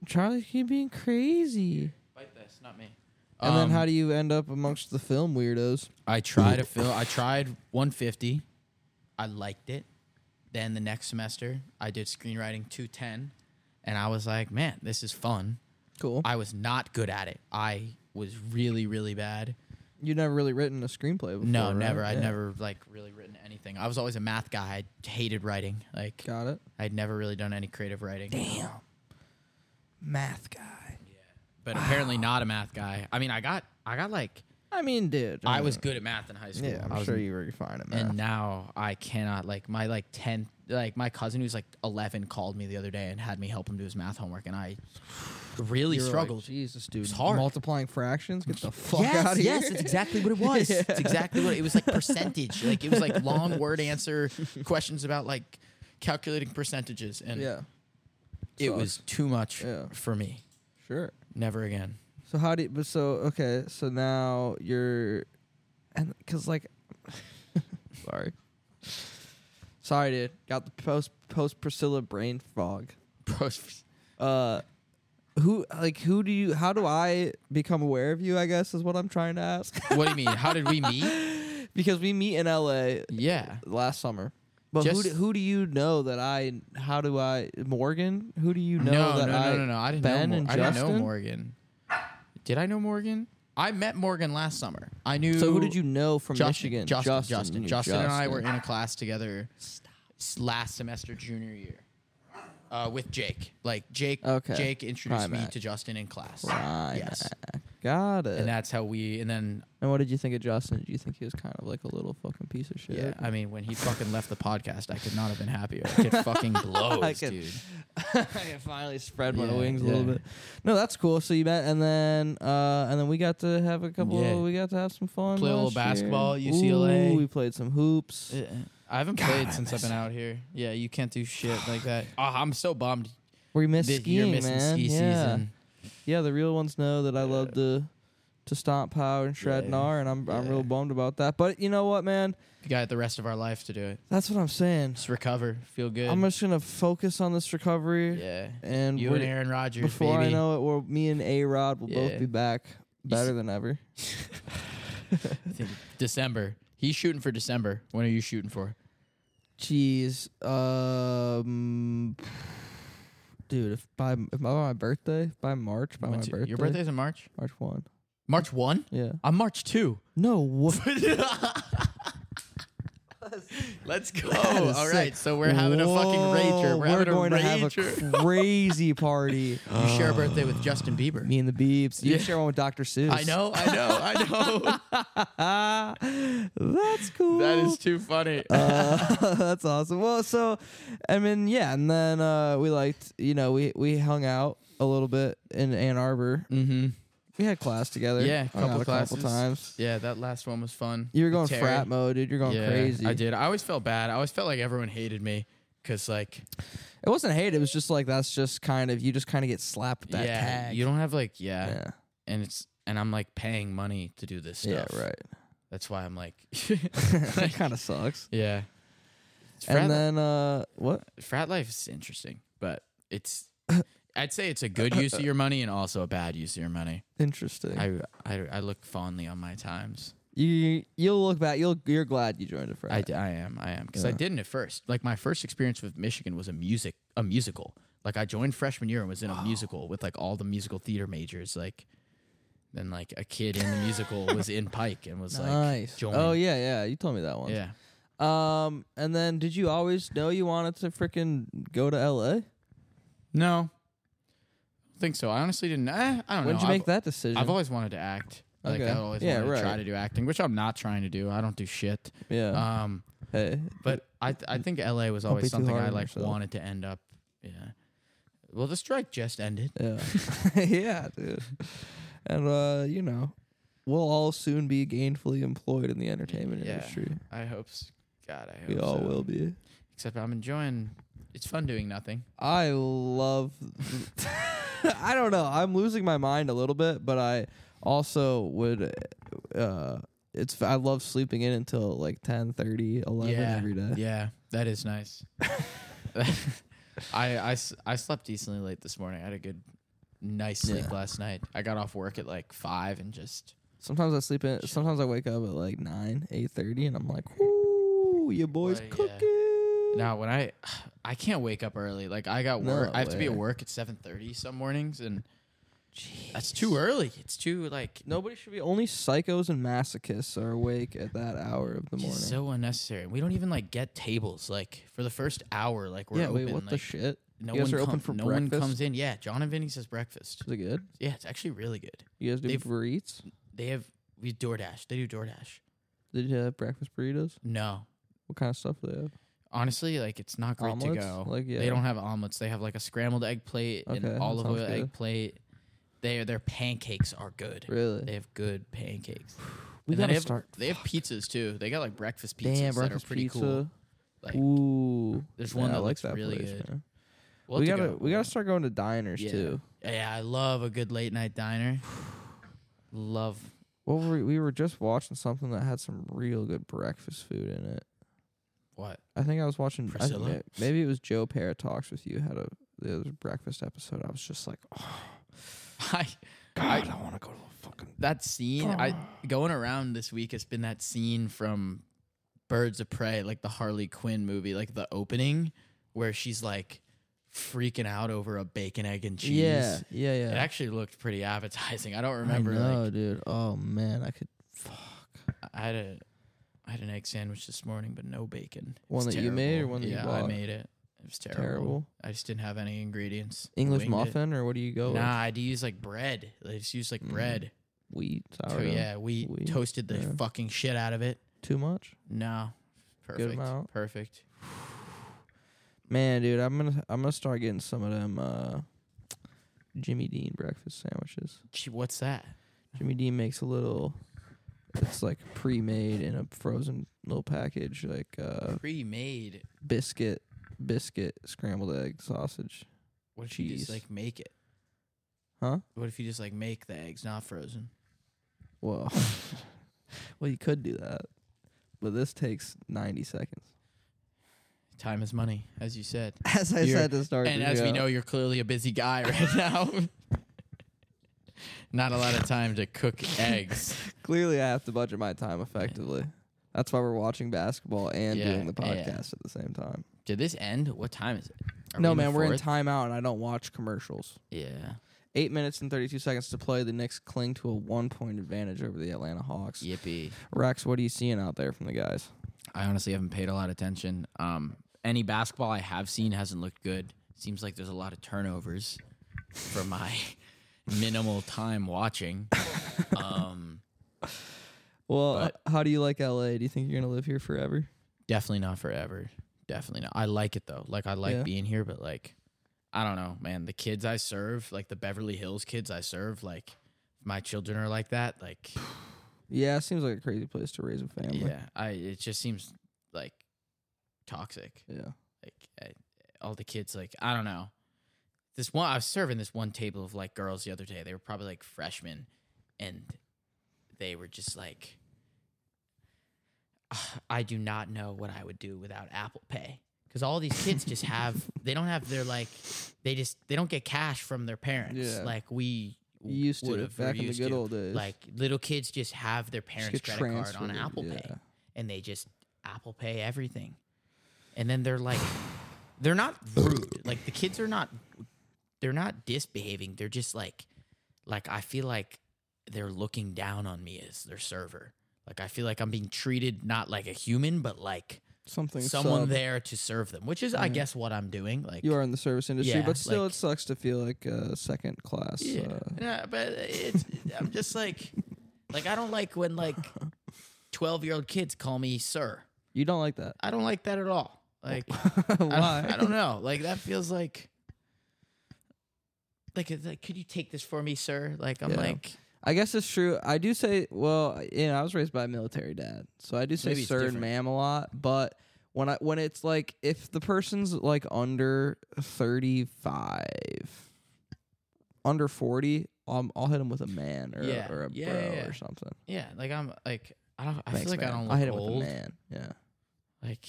S1: Charlie, you being crazy.
S2: Bite this, not me.
S1: And
S2: Um,
S1: then how do you end up amongst the film weirdos?
S2: I tried a film. I tried 150. I liked it. Then the next semester, I did screenwriting 210, and I was like, man, this is fun.
S1: Cool.
S2: I was not good at it. I was really, really bad.
S1: You'd never really written a screenplay before.
S2: No,
S1: right?
S2: never. I'd
S1: Yeah.
S2: never like really written anything. I was always a math guy. I hated writing. Like
S1: Got it.
S2: I'd never really done any creative writing.
S1: Damn. Math guy.
S2: But apparently not a math guy. I mean, I got I got like
S1: I mean, dude.
S2: I was good at math in high school.
S1: Yeah, I'm
S2: I was
S1: sure you were fine at math.
S2: and now I cannot like my like 10 like my cousin who's like 11 called me the other day and had me help him do his math homework and I really
S1: You were like,
S2: struggled.
S1: Jesus, dude.
S2: It's hard.
S1: Multiplying fractions? Get the fuck
S2: yes,
S1: out of
S2: yes,
S1: here.
S2: it's exactly what it was.
S1: Yeah.
S2: It's exactly what it was like percentage. like it was like long word answer questions about like calculating percentages and
S1: yeah,
S2: it
S1: Sucks.
S2: was too much
S1: Yeah.
S2: for me.
S1: sure.
S2: Never again.
S1: So how do you, but so okay, so now you're and cuz like sorry. Sorry, dude. Got the post post Priscilla brain fog.
S2: Bro,
S1: Uh who like who do you how do I become aware of you, I guess is what I'm trying to ask.
S2: what do you mean? How did we meet?
S1: because we meet in LA
S2: Yeah.
S1: last summer. But who
S2: Just-
S1: do, who do you know that I how do I Morgan? Who do you know
S2: no,
S1: that
S2: no,
S1: I
S2: no, no, no. I didn't
S1: Ben
S2: know. Mor-
S1: and
S2: I didn't know
S1: Justin?
S2: Morgan. Did I know Morgan? I met Morgan last summer. I knew.
S1: So who did you know from
S2: Justin,
S1: Michigan?
S2: Justin, Justin,
S1: you
S2: Justin,
S1: knew
S2: and I
S1: Justin.
S2: were in a class together s- last semester, junior year, uh, with Jake. Like Jake,
S1: Okay.
S2: Jake introduced me
S1: Primac.
S2: to Justin in class.
S1: Right.
S2: Yes,
S1: Got it.
S2: and
S1: And,
S2: that's how we. And then
S1: what did you think of Justin? Did you think he was kind of like a little fucking piece of shit?
S2: yeah, I mean, when he fucking left the podcast, I could not have been happier. It fucking blows,
S1: could-
S2: dude.
S1: I finally spread my
S2: Yeah,
S1: wings a little
S2: yeah.
S1: bit. No, that's cool. So you met, and then uh, and then we got to have a couple.
S2: Yeah.
S1: We got to have some fun.
S2: Play a little
S1: last year.
S2: basketball at UCLA.
S1: Ooh, we played some hoops.
S2: Yeah. I haven't played since I've been out here. Yeah, you can't do shit like that. Oh,
S1: Ah,
S2: I'm so bummed.
S1: we missed
S2: This
S1: skiing,
S2: year missing
S1: man.
S2: ski
S1: yeah.
S2: season.
S1: yeah. The real ones know that I love to to stomp power and shred
S2: Yeah.
S1: gnar, and I'm I'm
S2: Yeah.
S1: real bummed about that. But you know what, man?
S2: We got the rest of our life to do it.
S1: That's what I'm saying.
S2: Just recover, feel good.
S1: I'm just gonna focus on this recovery.
S2: yeah.
S1: And
S2: You
S1: we're-
S2: and Aaron Rodgers,
S1: Before
S2: baby.
S1: I know it, we're, me and A Rod will both
S2: Yeah.
S1: be back better
S2: s-
S1: than ever.
S2: I think December. He's shooting for December. When are you shooting for?
S1: Jeez, um, dude, if by if by my birthday, by March, by Oh, my
S2: When's your-
S1: birthday,
S2: Your birthday's in March.
S1: March one.
S2: March one.
S1: Yeah.
S2: I'm March two.
S1: No. What?
S2: Let's go.
S1: is
S2: All
S1: sick.
S2: right. So we're having a fucking rager. We're, having
S1: going
S2: a
S1: to have
S2: rager.
S1: a crazy party.
S2: you share a birthday with Justin Bieber.
S1: me and the Beeps. You
S2: Yeah.
S1: share one with Dr. Seuss.
S2: I know. I know. I know.
S1: Ah, that's cool.
S2: that is too funny.
S1: Uh, that's awesome. Well, so I mean, yeah, and then uh, we liked, you know, we we hung out a little bit in Ann Arbor.
S2: mm-hmm.
S1: We had class together.
S2: Yeah, a
S1: hung out
S2: couple
S1: a
S2: classes.
S1: couple times.
S2: Yeah, that last one was fun.
S1: You were
S2: With
S1: going
S2: Terry.
S1: frat mode, dude. You're going
S2: yeah,
S1: crazy.
S2: I did. I always felt bad. I always felt like everyone hated me because, like,
S1: It wasn't hate. It was just like that's just kind of you just kind of get slapped with that
S2: yeah,
S1: tag.
S2: you don't have like, yeah,
S1: yeah,
S2: and it's and I'm like paying money to do this
S1: yeah,
S2: stuff.
S1: right.
S2: That's why I'm like,
S1: that kind of sucks.
S2: yeah.
S1: and
S2: frat-
S1: then uh, what?
S2: frat life is interesting, but it's I'd say it's a good use of your money and also a bad use of your money.
S1: Interesting.
S2: I I, I look fondly on my times.
S1: you you'll look back. You'll you're glad you joined a frat.
S2: I, d- I am I am because I
S1: Yeah.
S2: didn't at first. Like my first experience with Michigan was a music a musical. Like I joined freshman year and was in a musical with like all the musical theater majors. Like then like a kid in the musical was in Pike and was
S1: nice.
S2: like joined.
S1: oh yeah, yeah. You told me that one.
S2: yeah.
S1: Um, and then did you always know you wanted to freaking go to L.A.?
S2: No, I think so. I honestly didn't. Eh, I don't
S1: When
S2: know.
S1: did you
S2: I've-
S1: make that decision?
S2: I've always wanted to act. Like
S1: Okay.
S2: I always
S1: Yeah,
S2: wanted
S1: right.
S2: to try to do acting, which I'm not trying to do. I don't do shit.
S1: yeah.
S2: Um,
S1: hey,
S2: but I th- I think LA was
S1: be
S2: always
S1: too
S2: something
S1: hard
S2: I
S1: on
S2: like
S1: yourself.
S2: wanted to end up. Yeah. Well, the strike just ended.
S1: Yeah. yeah, dude. And uh, you know, we'll all soon be gainfully employed in the entertainment
S2: Yeah.
S1: industry.
S2: I hope. s- God, I hope.
S1: We all
S2: so.
S1: will be.
S2: Except I'm enjoying. It's fun doing nothing.
S1: I love I don't know. I'm losing my mind a little bit, but I also would uh it's I love sleeping in until like 10, 11
S2: yeah.
S1: every day.
S2: Yeah, that is nice. I, I s- I slept decently late this morning. I had a good, nice sleep
S1: Yeah.
S2: last night. I got off work at like five and just
S1: Sometimes I sleep in sometimes I wake up at like 9, 8:30 and I'm like, "Ooh, your boy's
S2: Well, yeah.
S1: cooking."
S2: Now when I I can't wake up early. Like I got
S1: No
S2: work. I have to be at
S1: way.
S2: work at seven thirty some mornings, and
S1: Jeez.
S2: that's too early. It's too like
S1: Nobody should be. Only psychos and masochists are awake at that hour of the
S2: it's
S1: morning.
S2: just so unnecessary. We don't even like get tables like for the first hour. Like we're
S1: yeah,
S2: open.
S1: wait, what the
S2: like,
S1: shit?
S2: No
S1: You guys
S2: one
S1: are open
S2: come-
S1: for
S2: no one
S1: breakfast?
S2: comes in. Yeah, John and Vinny says breakfast.
S1: Is it good?
S2: Yeah, it's actually really good.
S1: You guys do
S2: They've-
S1: burritos?
S2: They have we DoorDash. They do DoorDash.
S1: Did you have breakfast burritos?
S2: No,
S1: What kind of stuff do they have?
S2: honestly, like it's not great to
S1: Omelets?
S2: go.
S1: Like, yeah.
S2: They don't have omelets. They have like a scrambled egg plate
S1: Okay,
S2: and
S1: that
S2: olive
S1: sounds
S2: oil egg
S1: good.
S2: plate. Their their pancakes are good.
S1: Really?
S2: They have good pancakes.
S1: we
S2: And then
S1: gotta
S2: they have,
S1: start.
S2: They have pizzas too. They got like breakfast pizzas
S1: Damn,
S2: that
S1: breakfast
S2: are pretty
S1: pizza.
S2: cool. Like
S1: Ooh,
S2: there's one
S1: Yeah,
S2: that
S1: I like
S2: looks
S1: that
S2: really
S1: place,
S2: good.
S1: man.
S2: We'll
S1: we
S2: have to
S1: gotta
S2: go.
S1: we gotta start going to diners
S2: Yeah.
S1: too.
S2: Yeah, I love a good late night diner. love.
S1: Well, we, we were just watching something that had some real good breakfast food in it.
S2: What?
S1: I think I was watching. I think
S2: Priscilla?
S1: may- maybe it was Joe Parra talks with you had a the other breakfast episode. I was just like, "Oh,
S2: I
S1: God, I, want to go to a fucking.
S2: that scene. I going around this week has been that scene from Birds of Prey, like the Harley Quinn movie, like the opening where she's like freaking out over a bacon, egg, and cheese.
S1: Yeah, yeah, yeah.
S2: It actually looked pretty appetizing. I don't
S1: I
S2: remember
S1: know,
S2: like
S1: dude. Oh man, I could. Fuck.
S2: I had a I had an egg sandwich this morning, but no bacon. It
S1: One
S2: was
S1: that you made or
S2: terrible.
S1: one that you
S2: yeah, I
S1: bought?
S2: made it. It was terrible.
S1: Terrible.
S2: I just didn't have any ingredients. I
S1: English
S2: winged it.
S1: muffin or what do you go
S2: Nah, I had to use like bread. I just used like
S1: Mm,
S2: bread.
S1: with? Wheat.
S2: So,
S1: Sourdough.
S2: Oh, yeah, we
S1: Wheat,
S2: toasted the
S1: yeah.
S2: fucking shit out of it.
S1: Too much.
S2: No, perfect.
S1: amount.
S2: Perfect.
S1: Man, dude, I'm gonna I'm gonna start getting some of them uh, Jimmy Dean breakfast sandwiches.
S2: Gee, what's that?
S1: Jimmy Dean makes a little. It's like pre-made in a frozen little package, like uh,
S2: Pre-made.
S1: biscuit, biscuit, scrambled egg, sausage.
S2: What if you just
S1: cheese.
S2: like make it?
S1: Huh?
S2: What if you just like make the eggs not frozen?
S1: Well, well, you could do that, but this takes 90 seconds.
S2: Time is money, as you said.
S1: As I
S2: You're-
S1: said to start,
S2: And
S1: the
S2: as we
S1: show.
S2: know, you're clearly a busy guy right now. Not a lot of time to cook eggs.
S1: clearly I have to budget my time effectively. That's why we're watching basketball and
S2: Yeah,
S1: doing the
S2: yeah.
S1: podcast at the same time.
S2: Did this end? What time is it? Are
S1: no,
S2: we
S1: man, we're in
S2: fourth?
S1: timeout and I don't watch commercials.
S2: Yeah.
S1: Eight minutes and 32 seconds to play. The Knicks cling to a one point advantage over the Atlanta Hawks.
S2: Yippee.
S1: Rex, what are you seeing out there from the guys?
S2: I honestly haven't paid a lot of attention. Um, any basketball I have seen hasn't looked good. Seems like there's a lot of turnovers for my minimal time watching. Um,
S1: Well,
S2: But-
S1: h- how do you like LA? Do you think you're going to live here forever?
S2: definitely not forever. Definitely not. I like it though. Like I like
S1: Yeah.
S2: being here, but like I don't know, man. The kids I serve, like the Beverly Hills kids I serve, like my children are like that. Like
S1: Yeah, it seems like a crazy place to raise a family.
S2: yeah, I it just seems like toxic.
S1: Yeah.
S2: like I, all the kids like i don't know this one i was serving this one table of like girls the other day they were probably like freshmen and they were just like I do not know what I would do without Apple Pay because all these kids just have they don't have their like they just they don't get cash from their parents
S1: Yeah.
S2: like we
S1: You used to
S2: would have
S1: back in the
S2: used
S1: good
S2: to.
S1: old days.
S2: Like little kids just have their parents'
S1: get
S2: credit card on
S1: transferred,
S2: Apple Pay
S1: yeah.
S2: and they just Apple Pay everything, and then they're like, they're not rude. Like the kids are not, they're not disbehaving. They're just like, like I feel like they're looking down on me as their server. Like I feel like I'm being treated not like a human, but like
S1: something
S2: someone
S1: sub.
S2: there to serve them, which is I guess what I'm doing. Like
S1: you are in the service industry,
S2: Yeah,
S1: but still,
S2: like-
S1: it sucks to feel like uh, second class.
S2: Yeah,
S1: Uh,
S2: yeah but it's I'm just like, like I don't like when like twelve year old kids call me sir.
S1: you don't like that.
S2: I don't like that at all. Like I,
S1: Why?
S2: don't, I don't know. Like that feels like, like it's like could you take this for me, sir? Like I'm
S1: Yeah.
S2: like
S1: I guess it's true. I do say, well, you know, I was raised by a military dad, so I do say
S2: Maybe it's
S1: sir and
S2: different.
S1: ma'am a lot. But when I when it's like if the person's like under thirty five, under forty, um, I'll hit him with a man or
S2: Yeah.
S1: or a
S2: Yeah,
S1: bro
S2: yeah, yeah.
S1: or something.
S2: yeah, like I'm like I don't. I
S1: Thanks,
S2: feel like
S1: man.
S2: I don't
S1: I'll
S2: look
S1: hit him
S2: old.
S1: with a man. Yeah,
S2: Like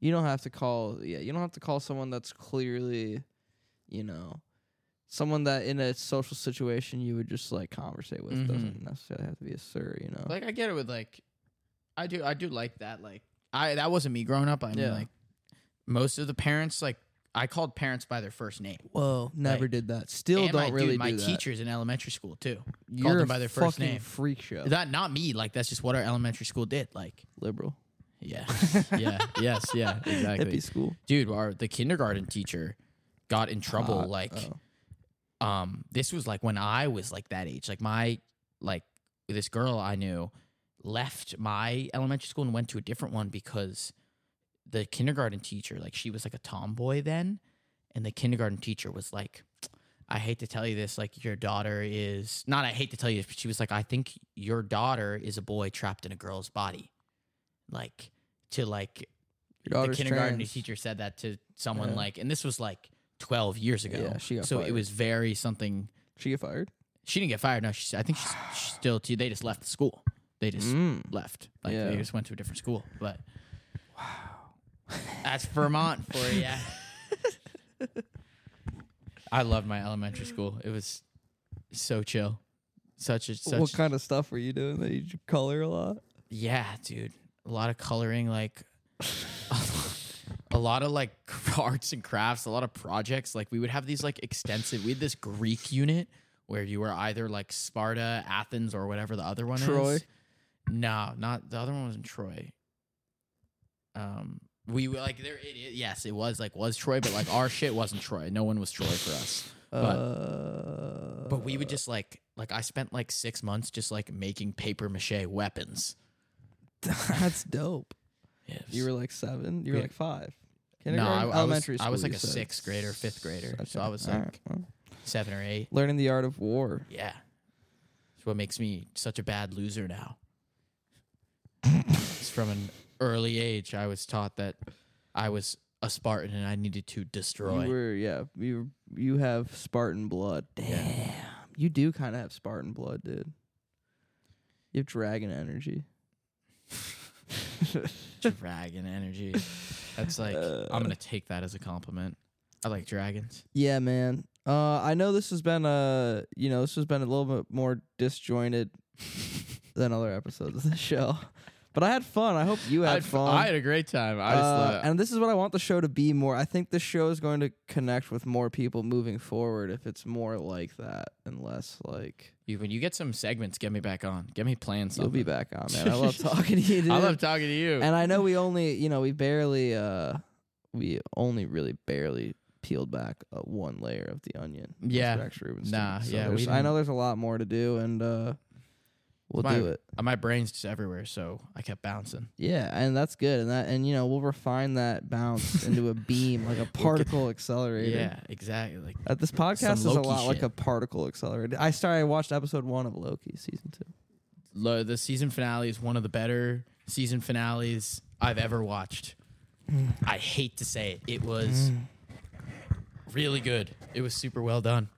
S1: you don't have to call. Yeah, you don't have to call someone that's clearly, you know. Someone that in a social situation you would just like conversate with
S2: Mhm.
S1: doesn't necessarily have to be a sir, you know.
S2: like I get it with like, I do I do like that. Like I that wasn't me growing up. I mean
S1: Yeah.
S2: like most of the parents like I called parents by their first name.
S1: Whoa, never
S2: Like,
S1: did that. Still
S2: and
S1: don't
S2: my,
S1: really
S2: dude, my
S1: do that.
S2: teachers in elementary school too.
S1: You're
S2: called
S1: a
S2: them by their first
S1: fucking
S2: name.
S1: freak show.
S2: That not me. Like that's just what our elementary school did. Like
S1: Liberal
S2: Yeah. yeah. Yes. Yeah. Exactly.
S1: hippie school.
S2: Dude, our the kindergarten teacher got in trouble.
S1: Hot.
S2: like,
S1: Oh.
S2: um, this was like when I was like that age. Like my like this girl I knew left my elementary school and went to a different one because the kindergarten teacher, like she was like a tomboy then, and the kindergarten teacher was like, I hate to tell you this, like your daughter is not I hate to tell you this, but she was like, I think your daughter is a boy trapped in a girl's body. Like to like
S1: Your daughter's
S2: the kindergarten
S1: trans.
S2: teacher said that to someone
S1: Yeah.
S2: like and this was like 12 years ago
S1: Yeah, she got
S2: so it
S1: fired.
S2: was very something
S1: She get fired?
S2: she didn't get fired no she's, i think she's, she's still too they just left the school they just
S1: Mm.
S2: left like
S1: Yeah.
S2: they just went to a different school but wow that's vermont for you i loved my elementary school it was so chill such a such
S1: What kind of stuff were you doing? That you j- color a lot?
S2: yeah, dude. A lot of coloring, like a lot of like arts and crafts, a lot of projects. Like we would have these like extensive. We had this Greek unit where you were either like Sparta, Athens, or whatever the other one
S1: Troy?
S2: is. No, not the other one was in Troy. Um, we were like there. It, it- yes, it was like was Troy, but like our shit wasn't Troy. No one was Troy for us
S1: uh,
S2: but we would just like like I spent like six months just like making paper mache weapons.
S1: that's dope. You were like seven. You were
S2: Yeah.
S1: like five.
S2: no, I, I
S1: Kindergarten,
S2: was-
S1: elementary
S2: I was
S1: school,
S2: like
S1: you
S2: a
S1: said.
S2: sixth grader, fifth grader, so
S1: Okay.
S2: I was
S1: All
S2: like
S1: right, well.
S2: seven or eight.
S1: learning the art of war.
S2: Yeah, it's what makes me such a bad loser now. it's from an early age I was taught that I was a Spartan and I needed to destroy.
S1: You were, yeah. You you have Spartan blood. Damn, you do kind of have Spartan blood, dude. You have dragon energy.
S2: dragon energy. That's like I'm gonna take that as a compliment. I like dragons.
S1: Yeah, man. Uh, I know this has been a you know this has been a little bit more disjointed than other episodes of the show, but I had fun. I hope you had
S2: I'd-
S1: fun.
S2: I had a great time. I
S1: Uh,
S2: just uh,
S1: and this is what I want the show to be more. I think the show is going to connect with more people moving forward if it's more like that and less like
S2: You, when you get some segments, get me back on. Get me playing
S1: you'll
S2: something.
S1: be back on, man. I love talking to you, dude.
S2: I love talking to you.
S1: and I know we only, you know, we barely, uh, we only really barely peeled back uh, one layer of the onion. with
S2: Yeah.
S1: Rex Rubenstein.
S2: Nah,
S1: So
S2: yeah, we
S1: there's- I know
S2: didn't-
S1: there's a lot more to do, and uh, we'll
S2: My-
S1: do it.
S2: Uh, My brain's just everywhere, so I kept bouncing.
S1: Yeah, and that's good, and that, and you know, we'll refine that bounce into a beam, like a particle accelerator.
S2: Yeah, exactly. Like
S1: Uh, this podcast is a
S2: Loki
S1: lot like
S2: shit.
S1: a particle accelerator. I started. I watched episode one of Loki season two.
S2: lo- the season finale is one of the better season finales I've ever watched. I hate to say it, it was really good. It was super well done.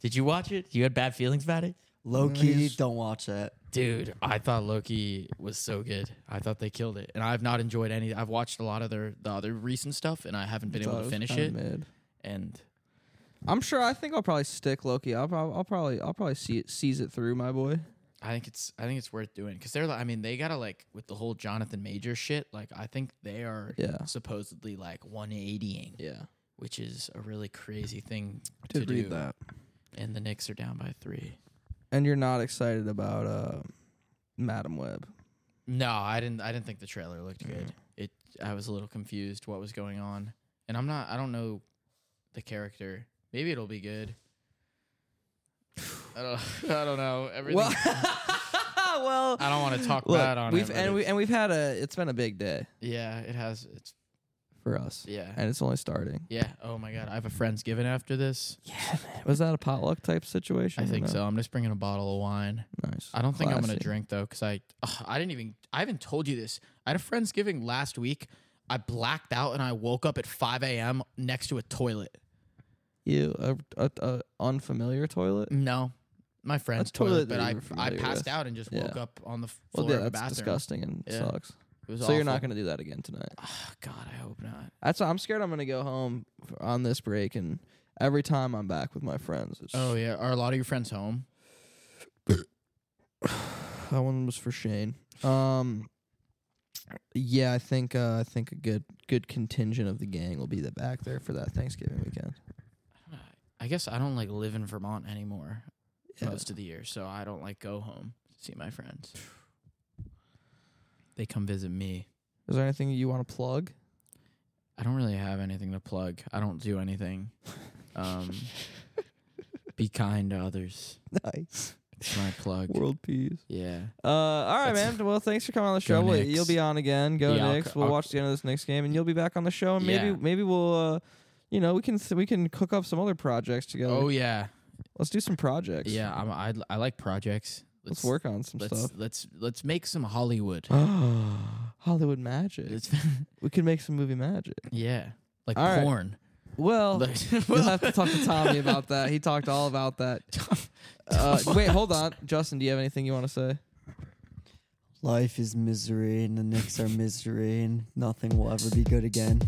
S2: Did you watch it? You had bad feelings about it?
S3: Low key, don't watch that.
S2: Dude, I thought Loki was so good. I thought they killed it, and I've not enjoyed any. I've watched a lot of their the other recent stuff, and I haven't been
S1: Thought
S2: able
S1: was
S2: to finish
S1: kinda
S2: it.
S1: mid.
S2: And
S1: I'm sure. I think I'll probably stick Loki. I'll, prob- I'll probably I'll probably see it, seize it through, my boy.
S2: I think it's I think it's worth doing because they're like I mean they gotta like with the whole Jonathan Major shit. Like I think they are
S1: Yeah.
S2: supposedly like 180ing,
S1: Yeah,
S2: which is a really crazy thing
S1: I
S2: to
S1: did read
S2: do.
S1: that.
S2: And the Knicks are down by three.
S1: And you're not excited about uh, Madam Web.
S2: No, I didn't. I didn't think the trailer
S1: Mm.
S2: looked good. It. I was a little confused what was going on, and I'm not. I don't know the character. Maybe it'll be good. I don't. I don't know. Everything.
S1: Well, well,
S2: I don't want to talk
S1: look,
S2: bad on
S1: we've
S2: it. but
S1: and we
S2: it's-
S1: and we've had a. It's been a big day
S2: yeah, it has. It's
S1: for us,
S2: yeah.
S1: and it's only starting.
S2: Yeah. Oh my god, I have a friend's giving after this.
S1: Was that a potluck type situation?
S2: I
S1: or
S2: think
S1: no?
S2: so. I'm just bringing a bottle of wine.
S1: Nice.
S2: I don't think I'm gonna
S1: Classy.
S2: drink though, cause I ugh, I didn't even I haven't told you this. I had a friendsgiving last week. I blacked out and I woke up at 5 a.m. next to a toilet.
S1: You a, a, a unfamiliar toilet?
S2: No, my friend's
S1: toilet
S2: toilet,
S1: that
S2: but I
S1: you're
S2: I
S1: familiar
S2: passed
S1: with.
S2: out and just woke
S1: Yeah.
S2: up on the f- floor
S1: Well, yeah,
S2: of the
S1: that's
S2: bathroom.
S1: disgusting and
S2: Yeah.
S1: sucks.
S2: It was
S1: So you're not
S2: awful.
S1: gonna do that again tonight.
S2: Ugh, God, I hope not.
S1: That's I'm scared. I'm gonna go home f- on this break, and every time I'm back with my friends, it's
S2: Oh yeah, are a lot of your friends home?
S1: that one was for Shane. Um, yeah, I think uh, I think a good good contingent of the gang will be the back there for that Thanksgiving weekend.
S2: I guess I don't like live in Vermont anymore
S1: Yeah.
S2: most of the year, so I don't like go home to see my friends. They come visit me.
S1: Is there anything you want to plug?
S2: I don't really have anything to plug. I don't do anything. Um, be kind to others.
S1: Nice
S2: It's my plug.
S1: world peace.
S2: Yeah.
S1: Uh, all right,
S2: That's-
S1: man. Well, thanks for coming on the show.
S2: Go
S1: Well,
S2: Knicks.
S1: you'll be on again. Go
S2: Yeah, I'll
S1: Knicks.
S2: c-
S1: we'll
S2: I'll-
S1: watch the end of this next game, and you'll be back on the show. And maybe
S2: Yeah.
S1: maybe we'll, uh, you know, we can s- we can cook up some other projects together.
S2: Oh yeah.
S1: Let's do some projects.
S2: Yeah. I'm, I I like projects.
S1: Let's, work on some
S2: Let's
S1: stuff.
S2: let's let's make some Hollywood.
S1: Hollywood magic.
S2: It's-
S1: we could make some movie magic.
S2: yeah. Like
S1: All right.
S2: porn.
S1: Well,
S2: Like-
S1: we'll have to talk to Tommy about that. He talked all about that. Uh, wait, hold on, Justin. Do you have anything you want to say?
S3: Life is misery, and the Knicks are misery, and nothing will ever be good again.